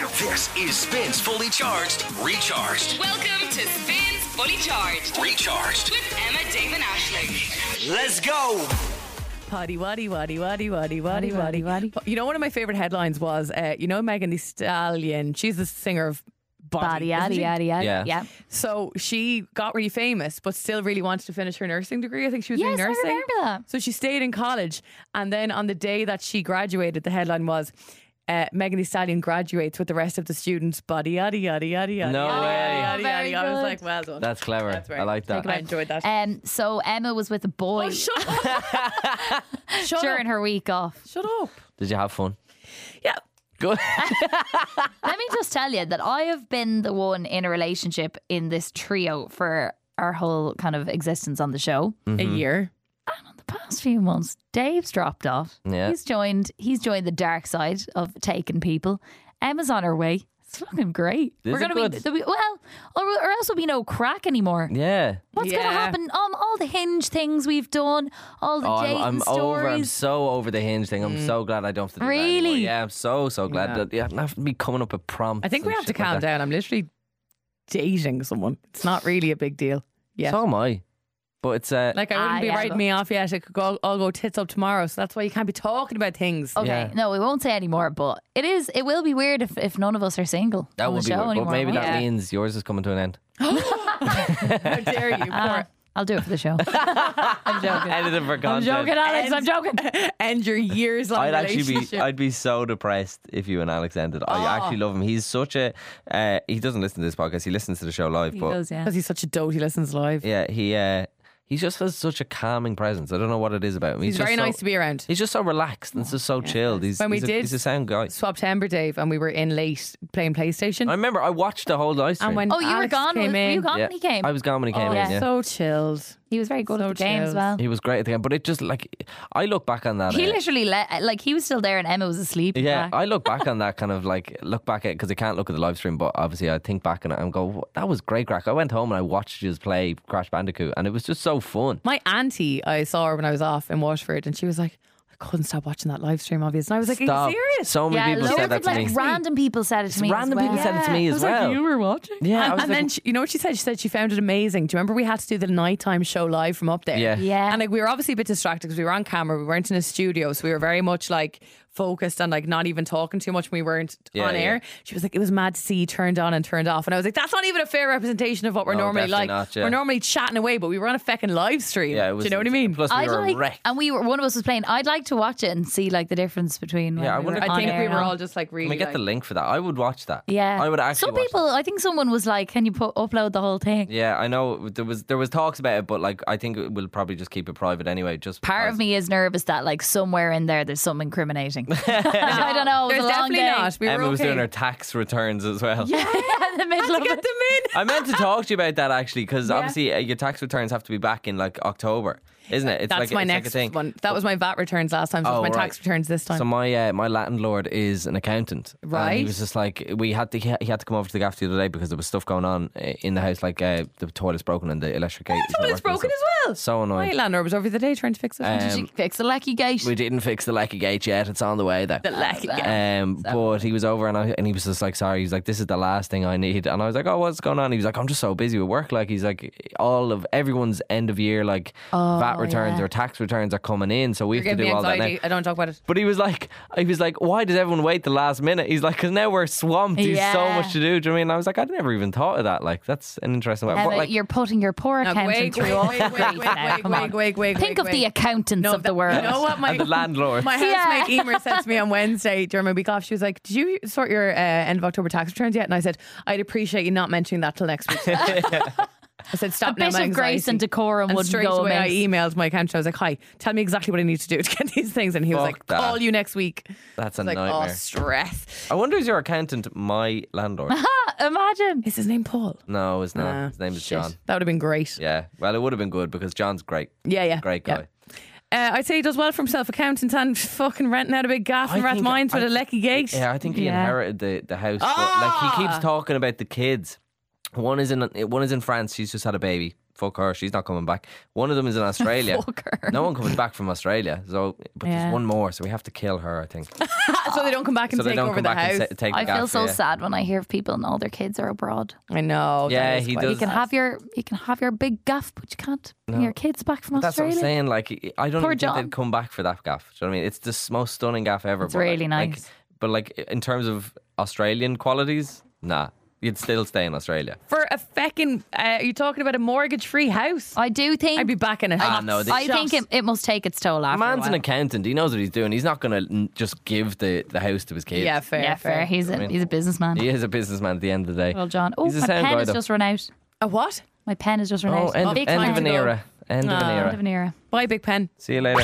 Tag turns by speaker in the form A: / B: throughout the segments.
A: This is Spins Fully Charged, Recharged,
B: Welcome to Spins Fully Charged
A: Recharged.
B: with Emma Damon Ashley.
A: Let's go.
C: Potty, waddy, waddy, waddy, waddy, waddy, waddy,
D: waddy,
C: waddy. You know, one of my favorite headlines was, uh, you know, Megan the Stallion. She's the singer of Body.
D: Body,
C: isn't
D: yaddy,
C: she?
D: yaddy, yaddy.
E: Yeah.
D: yeah.
C: So she got really famous, but still really wanted to finish her nursing degree. I think she was
D: Yes, I
C: doing nursing.
D: remember that.
C: So she stayed in college, and then on the day that she graduated, the headline was. Uh, Megan Thee Stallion graduates with the rest of the students. Body, yaddy, yaddy, yaddy, yaddy.
E: No
C: yaddy,
E: way.
C: Yaddy, yaddy,
D: Oh, Very
C: yaddy. I was
D: good.
C: like, well done.
E: That's clever.
C: That's right.
E: I like that.
C: I enjoyed that.
D: Um, so Emma was with a boy
C: Oh, shut up. shut
D: during
C: up.
D: her week off.
C: Shut up.
E: Did you have fun?
C: Yeah.
E: Good.
D: Let me just tell you that I have been the one in a relationship in this trio for our whole kind of existence on the show.
C: A
E: Mm-hmm.
C: year.
D: The past few months, Dave's dropped off.
E: Yeah.
D: He's joined. He's joined the dark side of taking people. Emma's on her way. It's fucking great.
E: This is
D: We're gonna be
E: good.
D: there'll be- well, or, or else there'll be no crack anymore.
E: yeah.
D: What's gonna
C: Yeah.
D: happen? Um, all the hinge things we've done, all the
E: Oh, I'm,
D: dating
E: I'm over. I'm
D: stories.
E: so over the hinge thing. I'm
C: Mm.
E: so glad I don't have to do that anymore.
D: Really?
E: Yeah, I'm so so glad that yeah, I don't have to be coming up with prompts.
C: I think we
E: and
C: have to
E: shit like
C: calm
E: that.
C: down. I'm literally dating someone. It's not really a big deal. Yeah.
E: So am I. But it's uh,
C: like I wouldn't
D: Ah,
C: be
D: yeah,
C: writing
D: but-
C: me off yet. It could go, all go tits up tomorrow. So that's why you can't be talking about things.
D: Okay,
E: Yeah.
D: no, we won't say anymore. But it is, it will be weird if, if none of us are single.
E: that
D: on
E: would
D: the
E: be
D: show
E: weird. But
D: anymore,
E: maybe
D: won't
E: that
D: it?
E: means yours is coming to an end.
C: How dare you?
D: Uh, I'll do it for the show. I'm joking.
E: Edited for
D: I'm joking, Alex. I'm joking.
C: Poor- end your years long
E: I'd actually be
C: relationship. Oh.
E: I'd be so depressed if you and Alex ended. I actually love him. He's such a uh, he doesn't listen to this podcast. He listens to the show live,
D: He
E: but
D: does, yeah.
C: Because he's such a dote, he listens live.
E: yeah, he uh, he just has such a calming presence. I don't know what it is about him.
C: He's
E: just
C: very
E: so-
C: nice to be around.
E: He's just so relaxed and just so chilled. He's,
C: When we
E: he's a,
C: did-
E: he's a sound guy.
C: Swap Timber Dave, and we were in late playing PlayStation.
E: I remember I watched the whole live stream.
C: and when
D: Oh, you were
C: Alex
D: gone.
C: came
D: Were
C: in,
D: you gone
E: Yeah.
D: when he came?
E: I was gone when he came
D: Oh,
E: in.
D: yeah.
E: Yeah.
C: so chilled.
D: he was very good
C: So
D: at the game as
C: chilled.
D: well.
E: he was great at the game, but it just like I look back on that.
D: He
E: uh,
D: literally let, like, he was still there and Emma was asleep.
E: yeah,
D: Crack.
E: I look back on that kind of like look back at because I can't look at the live stream, but obviously I think back on it and go, "Wha- that was great crack. I went home and I watched you play Crash Bandicoot, and it was just so fun.
C: My auntie, I saw her when I was off in Waterford, and she was like, I couldn't stop watching that live stream, obviously. And I was like, Are
E: Stop.
C: you serious?
E: So many
D: yeah,
E: people
D: loads
E: said
D: of,
E: that to
D: like,
E: me.
D: Random people said it to me.
E: Random
D: as
E: people
D: well.
E: said it to me as well.
C: were watching.
E: Yeah, I
C: and,
E: was
C: and
E: like-
C: then she, you know what she said? She said she found it amazing. Do you remember we had to do the nighttime show live from up there?
E: Yeah.
D: Yeah.
C: And like we were obviously a bit distracted because we were on camera, we weren't in a studio, so we were very much like focused and like not even talking too much. when We weren't
E: Yeah,
C: on air. She was like, "It was mad to see you turned on and turned off," and I was like, "That's not even a fair representation of what we're
E: No,
C: normally
E: definitely
C: like.
E: not, yeah.
C: We're normally chatting away, but we were on a fucking live stream.
E: Yeah, it was.
C: Do you know what I mean?
E: Plus, we
D: I'd
E: were a
D: like,
E: wreck.
D: and we were one of us was playing. I'd like to watch it and see like the difference between. when
E: Yeah, I
D: we
E: wonder
D: were
E: if
C: I
D: on
C: think
D: air
C: we
D: and
C: were
D: off.
C: all just like really.
E: Can we get the
C: like-
E: link for that? I would watch that.
D: Yeah,
E: I would actually.
D: Some
E: watch
D: people, I think someone was like, "Can you put, upload the whole thing?"
E: that. Yeah, I know there was there was talks about it, but like I think we'll probably just keep it private anyway. Just
D: Part
E: because-
D: of me is nervous that like somewhere in there there's some incriminating. I don't know. It
C: There's
D: was a long
C: definitely
D: day.
C: not. We were
E: Emma
C: okay.
E: was doing her tax returns as well.
D: in the middle of
C: Get
D: it.
C: them in.
E: I meant to talk to you about that actually, because obviously uh, your tax returns have to be back in like October, isn't it? It's
C: That's
E: like,
C: my
E: it's like a
C: next
E: thing.
C: one. That was my VAT returns last time. So
E: Oh,
C: it's my
E: right.
C: tax returns this time.
E: So my uh, my landlord is an accountant, and
C: Right.
E: he was just like we had to he had to come over to the gaff the other day because there was stuff going on uh, in the house, like uh, the toilet's broken and the electric gate. isn't
C: toilet's
E: working and
C: broken
E: stuff.
C: as well.
E: So
C: my
E: annoying.
C: landlord was over the day trying to fix it.
D: Did
E: Um,
D: you fix the lucky gate?
E: we didn't fix the lecky gate yet. It's on the way though.
C: the lack of-
E: Um, but he was over and I, and he was just like, sorry. He's like, this is the last thing I need. And I was like, oh, what's going on? He was like, I'm just so busy with work. Like, he's like, all of everyone's end of year like VAT returns
D: Oh, yeah.
E: or tax returns are coming in, so we
C: You're
E: have to
C: giving
E: do
C: me
E: all that now.
C: anxiety. I don't talk about it.
E: But he was like, he was like, why does everyone wait the last minute? He's like, because now we're swamped. There's so
D: Yeah.
E: much to do. Do you know what I mean? I was like, I'd never even thought of that. Like, that's an interesting way.
D: Emma,
E: But like,
D: Uh, you're putting your poor
C: No,
D: accountant
C: wait,
D: through
C: wait,
D: all
C: wait,
D: the
C: wait,
D: grief
C: wait,
D: now.
C: wait,
D: Come
C: wait,
D: on.
C: wait, wait,
D: Think
C: wait,
D: of the
C: wait.
D: accountants of the world.
C: You know what my
E: and the landlord.
C: my
D: Yeah.
C: housemate Emer said to me on Wednesday during my week off. She was like, "Did you sort your uh, end of October tax returns yet?" And I said, "I'd appreciate you not mentioning that till next week." I said, "Stop
D: A bit
C: now, my
D: of grace
C: anxiety."
D: and decorum
C: And
D: wouldn't
C: straight
D: go
C: away, I
D: amiss.
C: emailed my accountant. I was like, "Hi, tell me exactly what I need to do to get these things." And he was
E: Fuck
C: like,
E: that.
C: "Call you next week."
E: That's
C: I
E: a
C: was like, "Oh,
E: nightmare. Oh.
C: stress."
E: I wonder is your accountant my landlord?
D: Imagine.
C: Is his name Paul?
E: no, it's not.
C: Nah.
E: His name is
D: Shit.
E: John.
C: Uh, That would have been great.
E: Yeah. Well, it would have been good because John's great.
C: Yeah, yeah.
E: Great
C: yeah.
E: guy.
C: Uh, I'd say he does well for himself, accountant and fucking renting out a big gaff in Rathmines Mines with a lecky gate. Ah!
E: Yeah, I think he
D: Yeah.
E: inherited the, the house. But like he keeps talking about the kids. One is in one is in France. She's just had a baby. fuck her, she's not coming back. One of them is in Australia.
D: Fuck her.
E: No one comes back from Australia. So, but
C: Yeah.
E: there's one more, so we have to kill her, I think.
C: so they don't come back and
E: so they
C: take
E: don't
C: over
E: come
C: the
E: back
C: house.
E: and sa- take
D: I
E: back
D: feel
E: after
D: so
E: you.
D: sad when I hear of people and all their kids are abroad.
C: I know. that
E: Yeah,
C: is
E: he
C: quite-
E: does.
D: You can have your you can have your big gaff, but you can't bring your kids back from
E: That's what I'm
D: Australia.
E: saying. Like, I don't
D: Poor
E: even think
D: John.
E: they'd come back for that gaff. Do you know what I mean? It's the s- most stunning gaff ever.
D: It's
E: but,
D: really
E: like-
D: nice.
E: But like in terms of Australian qualities, nah, you'd still stay in Australia.
C: For a feckin', uh, you're talking about a mortgage free house.
D: I do think
C: I'd be back in a
E: Ah, no, they-
D: I think it, it must take its toll after.
E: The
D: a
E: man's an
D: while.
E: accountant. He knows what he's doing. He's not going to just give the, the house to his kids.
C: Yeah, fair.
D: yeah, fair. He's a he's a businessman.
E: He is a businessman at the end of the day.
D: Well, John. Oh,
E: he's a
D: my
E: sound
D: pen
E: guy,
D: has
E: though.
D: just run out.
C: A what?
D: My pen has just run
E: Oh,
D: out.
E: end,
D: Big
E: end
D: time
E: of an
D: to go.
E: era. End of an
D: End of
E: era.
D: an era.
C: Bye, Big Pen.
E: See you later.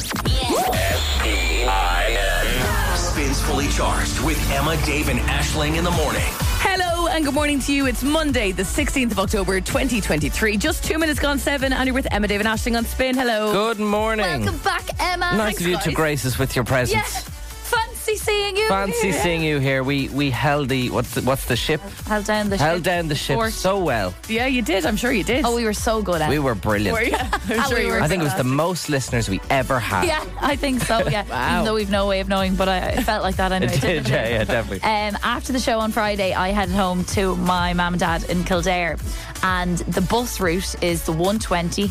A: Spins fully charged with Emma, Dave, and Ashling in the morning.
C: Hello and good morning to you. It's Monday, the 16th of October, 2023. Just two minutes gone seven, and you're with Emma, Dave, and Ashling on Spin. Hello.
E: Good morning.
D: Welcome back, Emma.
E: Nice of you to grace us with your presence.
D: Yeah. Fancy seeing you.
E: Fancy
D: here.
E: seeing you here. We we held the what's the, what's the ship?
D: Held down the
E: Held
D: ship.
E: down the ship
D: Fort.
E: so well.
C: Yeah, you did. I'm sure you did.
D: Oh, we were so good at.
E: We were brilliant.
C: Were you? I'm
D: Ah,
C: sure
D: we
C: you
D: were.
C: were.
E: I think it was the most listeners we ever had.
D: Yeah, I think so. Yeah, even though we've no way of knowing, but I, I felt like that anyway.
E: It did,
D: didn't
E: yeah, yeah, definitely.
D: Um, after the show on Friday, I headed home to my mum and dad in Kildare, and the bus route is the 120.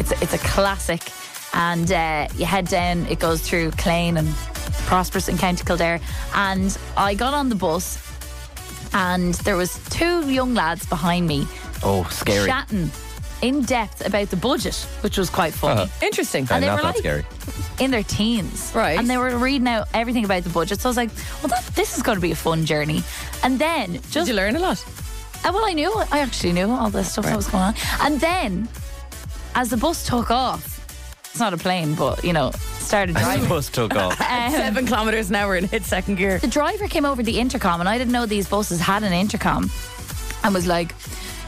D: It's a, it's a classic, and uh, you head down. It goes through Clane and Prosperous in County Kildare, and I got on the bus, and there was two young lads behind me
E: Oh, scary.
D: chatting in depth about the budget, which was quite
E: Uh-huh.
D: funny.
C: Interesting.
E: Sorry,
D: they
E: not
D: were
E: that
D: like-
E: scary.
D: in their teens.
C: Right.
D: And they were reading out everything about the budget. So I was like, well, that, this is going to be a fun journey. And then
C: Did
D: just,
C: you learn a lot?
D: uh, well, I knew, I actually knew all this stuff that was going on. And then as the bus took off, it's not a plane, but, you know, started
E: The
D: driving.
E: bus took off.
D: um,
C: Seven kilometers an hour and hit second gear.
D: the driver came over the intercom, and I didn't know these buses had an intercom, and was like,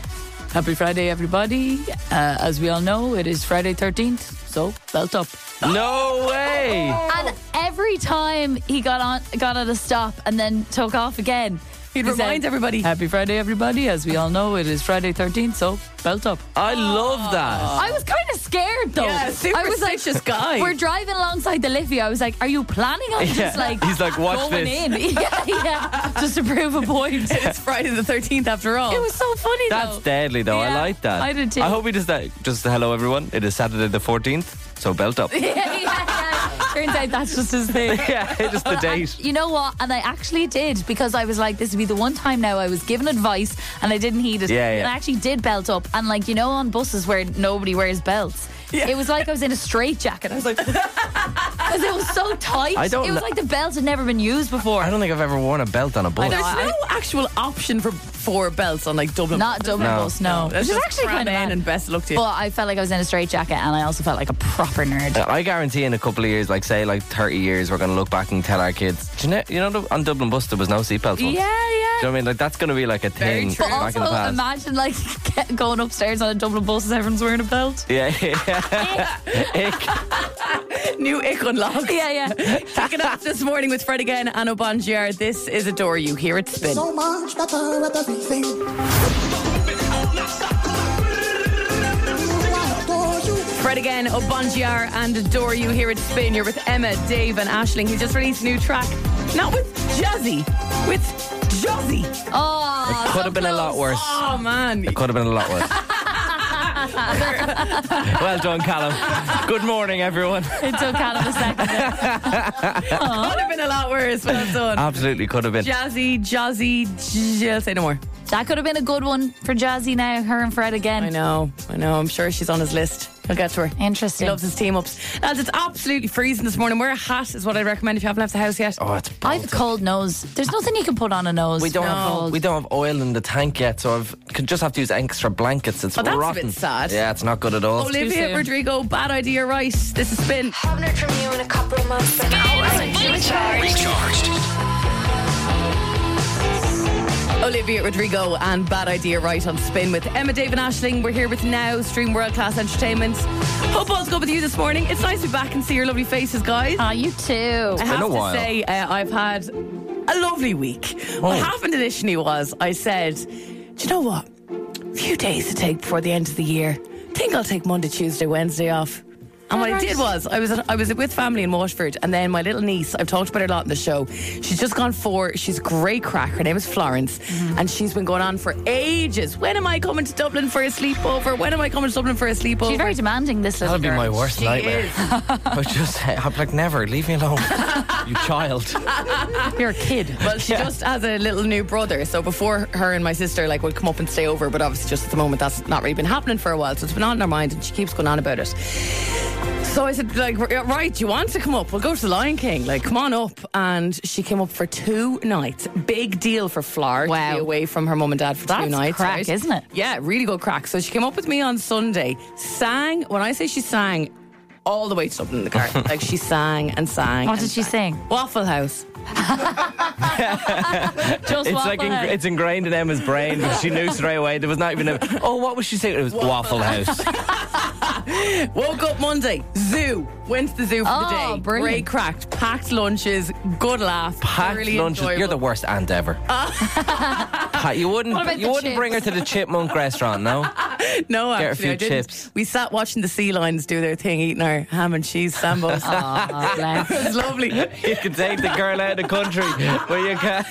D: "Happy Friday, everybody! Uh, as we all know, it is Friday 13th, so belt up."
E: no way.
D: And every time he got on, got at a stop, and then took off again.
C: He'd
D: said,
C: remind everybody.
D: Happy Friday, everybody! As we all know, it is Friday 13th, so belt up.
E: I love that.
D: I was kind of scared though.
C: Yeah,
D: I was like,
C: superstitious guy.
D: We're driving alongside the Liffey. I was like, "Are you planning on just like
E: He's like, watch
D: going
E: this.
D: in?" yeah, yeah, just to prove a point.
C: It's Friday the 13th after all.
D: It was so funny
E: That's
D: though.
E: deadly, though. I
D: Yeah,
E: like that.
D: I did too.
E: I hope he does that. Just hello, everyone. It is Saturday the 14th, so belt up.
D: yeah, yeah, yeah. Turns out that's just his thing.
E: yeah, just the date.
D: You know what? And I actually did because I was like, this would be the one time now I was given advice and I didn't heed it.
E: Yeah, yeah.
D: And I actually did belt up. And like, you know, on buses where nobody wears belts. It was like I was in a straitjacket. I was like, because it was so tight.
E: I don't
D: it was
E: kn-
D: like the belt had never been used before.
E: I don't think I've ever worn a belt on a bus.
D: know,
C: There's
D: I-
C: no actual option for four belts on like Dublin.
D: Not Dublin
E: No.
D: bus, no.
C: That's
D: Which is
C: just
D: actually
C: cram
D: kind of
C: in
D: bad.
C: and best look to you.
D: but I felt like I was in a straitjacket and I also felt like a proper nerd.
E: I guarantee in a couple of years, like say like 30 years, we're going to look back and tell our kids, "Do you know, you know the- on Dublin bus there was no seatbelt
D: Yeah,
E: ones.
D: yeah.
E: Do you know what I mean? Like that's going to be like a
C: Very
E: thing
C: true.
E: back
D: Also,
E: in the past.
D: imagine like going upstairs on a Dublin bus and everyone's wearing a belt.
E: yeah, yeah. Ick.
C: New ick unlocked.
D: Yeah, yeah.
C: Kicking off this morning with Fred again and Obongier. This is Adore You here at Spin.
F: so much better at everything. I adore you.
C: Fred again, Obongier and Adore You here at Spin. You're with Emma, Dave, and Ashling. He just released a new track. Not with Jazzy, with Jazzy.
D: Oh,
E: Could have been a lot worse.
C: Oh, man.
E: Could have been a lot worse. well done, Callum. Good morning, everyone.
D: It took Callum a second.
C: Could have been a lot worse. Well done.
E: Absolutely could have been.
C: Jazzy, Jazzy, J- say no more.
D: That could have been a good one for Jazzy now, her and Fred again.
C: I know, I know. I'm sure she's on his list. He'll get to her. He
D: Interesting.
C: loves his team ups. Lads, it's absolutely freezing this morning. Wear a hat is what I'd recommend if you haven't left the house yet.
E: Oh, it's
D: I have a cold nose. There's nothing you can put on a nose.
E: We don't
D: for
E: have
D: cold.
E: we don't have oil in the tank yet, so I've could just have to use extra blankets. It's
C: Oh, that's a bit
E: rotten.
C: sad.
E: Yeah, it's not good at all.
C: Olivia
D: soon.
C: Rodrigo, bad idea, right? This has been.
G: haven't heard from you in a couple of months, but now
B: Spins fully charged.
A: Recharged.
C: Olivia Rodrigo and Bad Idea Right on Spin with Emma, Dave, and Ashling. We're here with Now Stream World Class Entertainment. Hope all's good with you this morning. It's nice to be back and see your lovely faces, guys.
D: Ah, you too.
C: I
E: been
C: have
E: a while.
C: to say, uh, I've had a lovely week. What
E: Oh.
C: happened initially was I said, Do you know what? few days to take before the end of the year. Think think I'll take Monday, Tuesday, Wednesday off. And what I did was I was I was with family in Waterford, and then my little niece. I've talked about her a lot in the show. She's just gone four. She's great crack. Her name is Florence,
E: Mm-hmm.
C: and she's been going on for ages. When am I coming to Dublin for a sleepover? When am I coming to Dublin for a sleepover?
D: She's very demanding, this little
E: That'd be
D: girl.
E: my worst
C: She
E: nightmare.
C: is.
E: I would just, I'm like, never leave me alone, you child.
D: You're a kid.
C: Well, she just has a little new brother. So before her and my sister like would come up and stay over, but obviously just at the moment that's not really been happening for a while. So it's been on her mind, and she keeps going on about it. So I said, like, "R- right, you want to come up? We'll go to the Lion King. Like, come on up. And she came up for two nights. Big deal for Flar to
D: Wow.
C: be away from her mum and dad for
D: That's
C: two nights.
D: crack,
C: right?
D: isn't it?
C: Yeah, really good crack. So she came up with me on Sunday, sang. When I say she sang, all the way to Dublin in the car. like she sang and sang.
D: What
C: and
D: did she
C: sang.
D: sing?
C: Waffle House.
D: Just
E: It's
D: waffle
E: like ing-
D: house.
E: it's ingrained in Emma's brain. But she knew straight away. There was not even a. Oh, what was she saying? It was Waffle, House.
C: Woke up Monday, zoo. Went to the zoo for
D: Oh,
C: the day.
D: brilliant.
C: Great cracked, packed lunches, good laugh.
E: Packed
C: thoroughly
E: lunches. You're the
C: enjoyable.
E: worst aunt ever. Pat, you wouldn't.
D: What about
E: You
D: the
E: wouldn't bring her
D: chips?
E: to the chipmunk restaurant, no?
C: No,
E: Get a
C: actually,
E: few
C: I didn't.
E: chips.
C: We sat watching the sea lions do their thing, eating our ham and cheese sambos.
D: Aw, Oh, bless.
C: It was lovely.
E: You can take the girl out of the country, but you can't.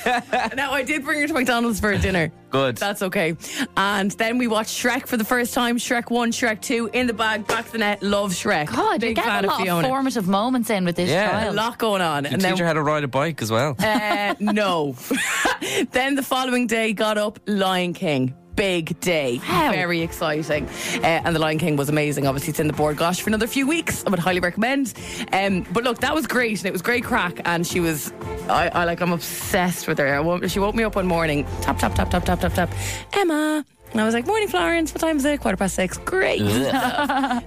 C: Now I did bring her to McDonald's for a dinner.
E: Good.
C: That's okay. And then we watched Shrek for the first time. Shrek one, Shrek two, in the bag, back to the net. Love Shrek.
D: God, you're
C: Big fan
D: getting a
C: of
D: lot of
C: Fiona.
D: formative moments in with this
E: Yeah.
C: a
D: child.
C: lot going on.
E: You teach her how to ride a bike as well.
C: Uh, no. then the following day, got up Lion King. Big day.
D: Wow.
C: Very exciting. Uh, and The Lion King was amazing. Obviously, it's in the board, gosh, for another few weeks. I would highly recommend. Um, but look, that was great. And it was great crack. And she was, I, I like, I'm obsessed with her. I woke, she woke me up one morning. Tap, tap, tap, tap, tap, tap, tap. Emma. And I was like, morning, Florence. What time is it? Quarter past six. Great